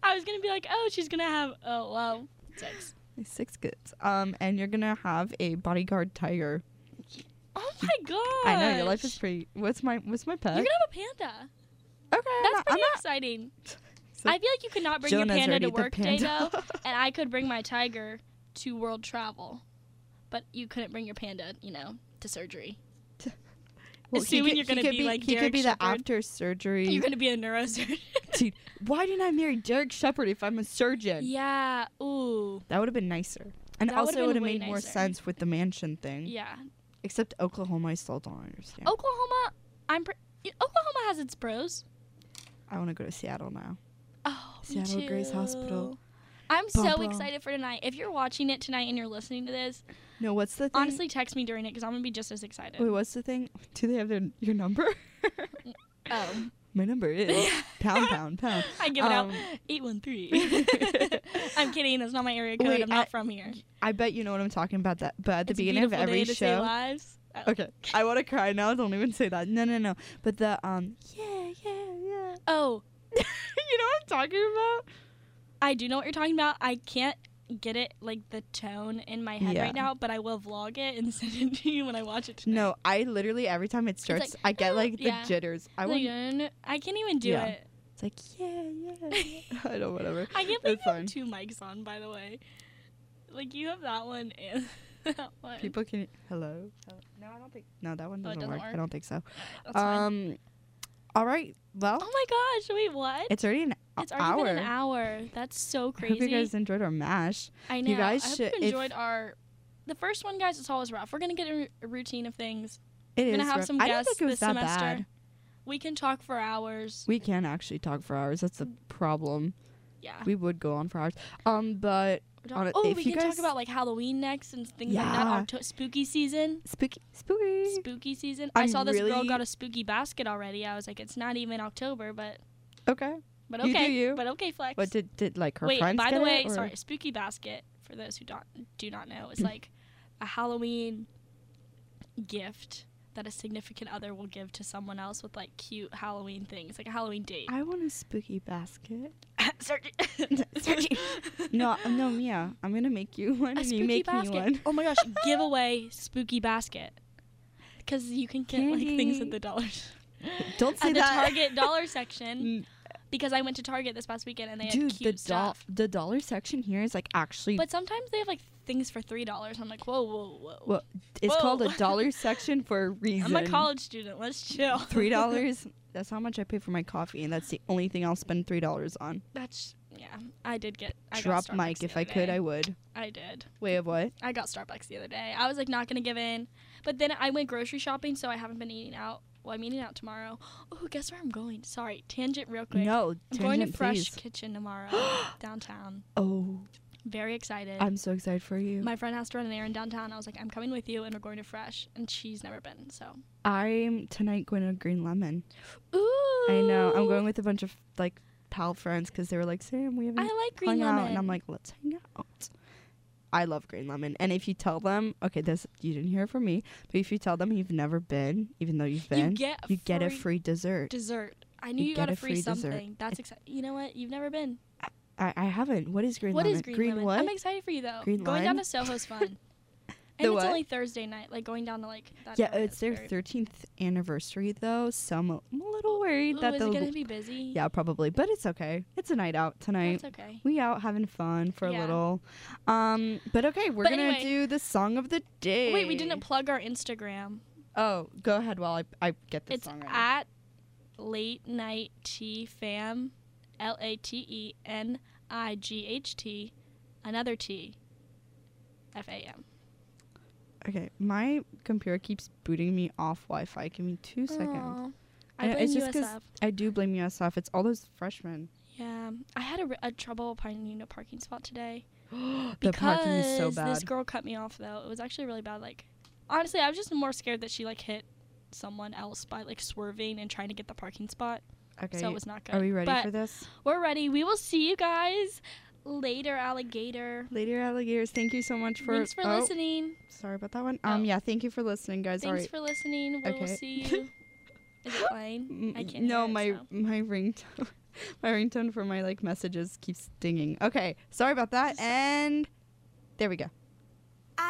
B: I was gonna be like, oh, she's gonna have oh wow six.
A: Six kids. Um, and you're gonna have a bodyguard tiger.
B: Oh my god!
A: I know your life is pretty. What's my What's my pet?
B: You're gonna have a panda.
A: okay, I'm
B: That's
A: not, I'm
B: pretty
A: not.
B: exciting.
A: So-
B: I feel like you could not bring
A: Jonah's
B: your panda
A: already
B: to
A: the
B: work day though,
A: panda.
B: and I could bring my tiger to world travel, but you couldn't bring your panda, you know, to surgery.
A: Well, he
B: Assuming
A: could- he
B: you're gonna
A: could
B: be like
A: he
B: Derek
A: could be the
B: Shepherd.
A: after surgery.
B: You're gonna be a neurosurgeon.
A: Dude, why didn't I marry Derek Shepherd if I'm a surgeon?
B: yeah. Ooh.
A: That would have been nicer. And
B: That
A: also, it
B: would've been
A: would have
B: way
A: made more
B: nicer.
A: sense with the mansion thing.
B: Yeah. Oh.
A: Except Oklahoma, I still don't understand.
B: Oklahoma. I'm. Pre- Oklahoma has its pros.
A: I want to go to Seattle now.
B: Oh, me
A: Seattle Grace
B: too.
A: Hospital.
B: I'm
A: Bum,
B: so
A: bum.
B: excited for tonight. If you're watching it tonight and you're listening to this,
A: No, what's the thing?
B: honestly, text me during it because I'm gonna be just as excited.
A: wait, what's the thing? Do they have their your number?
B: Oh,
A: My number is pound pound pound.
B: I give it out.
A: Um,
B: Eight one three. I'm kidding. That's not my area code.
A: Wait,
B: I'm not
A: I-
B: from here.
A: I bet you know what I'm talking about. That, but at the
B: It's a
A: beginning of
B: beautiful
A: every
B: day to save
A: show,
B: lives. Oh.
A: okay, I want to cry now. Don't even say that. No, no, no. But the um, yeah, yeah, yeah.
B: Oh,
A: you know what I'm talking about?
B: I do know what you're talking about. I can't get it like the tone in my head
A: Yeah.
B: right now, but I will vlog it and send it to you when I watch it. Tonight.
A: No, I literally every time it
B: like,
A: starts, I get
B: "Ah,"
A: like the
B: yeah.
A: jitters. I
B: Like,
A: want.
B: uh, I can't even do
A: Yeah.
B: it.
A: It's like yeah, yeah. yeah. I don't. Whatever.
B: I can't believe
A: It's
B: you
A: fine.
B: have two mics on, by the way. Like you have that one and that one.
A: People can. Hello. No, I don't think. No, that one
B: Oh, it
A: doesn't,
B: doesn't
A: work.
B: work?
A: I don't think so.
B: That's fine.
A: Um. All right. Well,
B: Oh my gosh! Wait, what?
A: it's already an o-
B: It's already
A: hour.
B: been an hour. That's so
A: I
B: crazy.
A: hope you guys enjoyed our mash.
B: I know.
A: you guys
B: I hope
A: should- if-
B: you enjoyed our. The first one, guys, it's always rough. We're gonna get a, ru- a routine of things.
A: It
B: We're
A: is
B: gonna have
A: rough.
B: some
A: I don't
B: guests
A: think it was
B: this
A: that
B: semester.
A: bad.
B: We can talk for hours.
A: We can actually talk for hours. That's the problem.
B: Yeah.
A: We would go on for hours. Um, but
B: We're talk-
A: on it-
B: oh,
A: if
B: we
A: you
B: can
A: guys-
B: talk about like Halloween next and things like that.
A: Yeah.
B: Octo- spooky season.
A: spooky, spooky.
B: Spooky season. i
A: I'm
B: saw this girl
A: really-
B: got a spooky basket already. I was like, it's not even October, but
A: okay.
B: but
A: You
B: okay,
A: do you.
B: but okay, flex.
A: But did did like her
B: Wait,
A: friends
B: by
A: get
B: the way,
A: it, or- Mm.
B: sorry, spooky basket for those who don't do not know is like a Halloween gift that a significant other will give to someone else with like cute Halloween things, like a Halloween date.
A: I want a spooky basket.
D: Sergi-
A: Sergi- no, uh, no, Mia, I'm gonna make you one,
B: a
A: and you
B: spooky
A: make
B: basket.
A: me one.
B: Oh my gosh, give away spooky basket. Because you can get like things at
A: Candy.
B: the dollar s-
A: Don't say
B: at the
A: that.
B: Target dollar section.
A: N-
B: Because I went to Target this past weekend and they
A: Dude,
B: had
A: the
B: cute
A: doll,
B: stuff.
A: the dollar section here is like actually.
B: But sometimes they have like things for three dollars. I'm like, whoa, whoa, whoa.
A: well, it's called a
B: Whoa.
A: dollar section for a reason.
B: I'm a college student. Let's chill.
A: Three dollars. That's how much I pay for my coffee, and that's the only thing I'll spend three dollars on.
B: That's yeah. I did get. I got
A: Drop mic
B: Starbucks the
A: if I
B: other
A: could,
B: day.
A: I would.
B: I did.
A: Wait, of what?
B: I got Starbucks the other day. I was like not gonna give in, but then I went grocery shopping, so I haven't been eating out. Well, I'm eating out tomorrow. Oh, guess where I'm going? Sorry, tangent real quick.
A: No,
B: I'm going to
A: tangent,
B: Fresh
A: please.
B: Kitchen tomorrow downtown.
A: Oh,
B: Very excited.
A: I'm so excited for you.
B: My friend has to run an errand downtown. I was like, I'm coming with you, and we're going to Fresh, and she's never been. So
A: I'm tonight going to Green Lemon.
B: ooh.
A: I know. I'm going with a bunch of like pal friends because they were like, Sam, we haven't
B: I like green
A: hung
B: lemon.
A: out, and I'm like, let's hang out. I love Green Lemon, and if you tell them, okay, this you didn't hear it from me, but if you tell them you've never been, even though you've been,
B: you get a
A: you get a
B: free
A: free dessert.
B: dessert. I knew
A: you
B: you,
A: get
B: got a
A: a
B: free,
A: free dessert.
B: something. That's exciting. You know what? You've never been.
A: I, I haven't. What is Green
B: What
A: Lemon?
B: is green, lemon? Oh
A: what?
B: I'm excited for you though.
A: Green
B: going down
A: lime?
B: to Soho's fun.
A: The
B: and it's
A: what?
B: only Thursday night. Like going down to like that.
A: yeah,
B: area
A: it's
B: is
A: their
B: very-
A: 13th anniversary though, so I'm a, I'm a little worried
B: Ooh,
A: that
B: Oh, is it
A: they'll
B: gonna be busy?
A: yeah probably, but it's okay. It's a night out tonight.
B: That's okay.
A: we out having fun for
B: Yeah.
A: a little um but okay we're
B: But
A: gonna
B: anyway-
A: do the song of the day
B: Wait, we didn't plug our Instagram.
A: oh go ahead while i, I get this
B: it's
A: song right
B: at late night tea fam, L A T E N I G H T, another T, F A M.
A: okay my computer keeps booting me off wi-fi give me two seconds
B: Aw.
A: I
B: I
A: know,
B: blame
A: it's just 'cause-
B: USF.
A: i do blame usf it's all those freshmen
B: Yeah, I had a, r- a trouble finding a parking spot today.
A: the parking is so
B: Because This
A: bad
B: girl cut me off though. It was actually really bad. Like, honestly, I was just more scared that she like hit someone else by like swerving and trying to get the parking spot.
A: okay
B: So it was not good.
A: are we ready
B: but
A: for this
B: We're ready. We will see you guys later, alligator.
A: later alligators thank you so much for
B: Thanks for
A: oh,
B: listening.
A: sorry about that one
B: Oh.
A: um yeah thank you for listening guys
B: Thanks
A: all right
B: for listening. We will
A: Okay.
B: see you. Is it playing?
A: Mm,
B: I
A: mm,
B: can't hear
A: No,
B: it,
A: my
B: so.
A: my ringtone, my ringtone for my like messages keeps dinging. Okay, sorry about that. And there we go.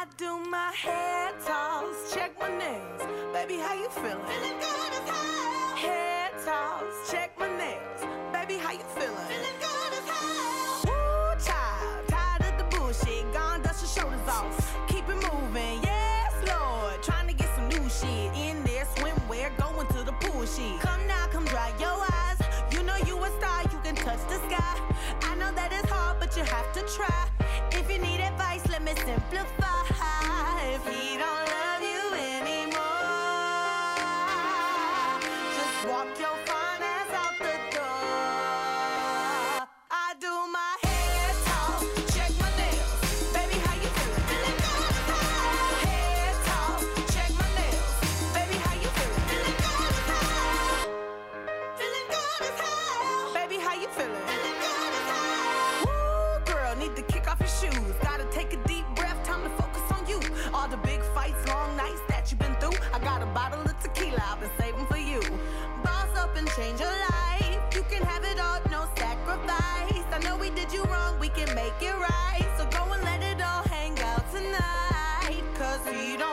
E: I do my hair toss, check my nails. Baby, how you feeling? Feeling good as hell. Hair toss, check my nails. Baby, how you feeling? Feeling good as hell. Woo, child, tired of the bullshit. Gone, dust your shoulders off. Keep it moving, yes, Lord. Trying to get some new shit in there. Swimwear, going to the pool shit. Come now, come dry your eyes. You know you a star, you can touch the sky. I know that it's hard, but you have to try. If you need advice, let me simplify. If he don't love you anymore, just walk your fine ass out the door. I do my hair talk, check my nails. Baby, how you feeling? Feeling good as hell. Hair talk, check my nails. Baby, how you feeling? Feeling good as hell. Feeling good as hell. Baby, how you feeling? Feeling good as hell. Woo, girl, need to kick off your shoes. Gotta take a deep breath, time to focus on you. All the big fights, long nights that you've been through. I got a bottle of tequila, I've been saving for you. Boss up and change your life. You can have it all, no sacrifice. I know we did you wrong, we can make it right. So go and let it all hang out tonight. Cause we don't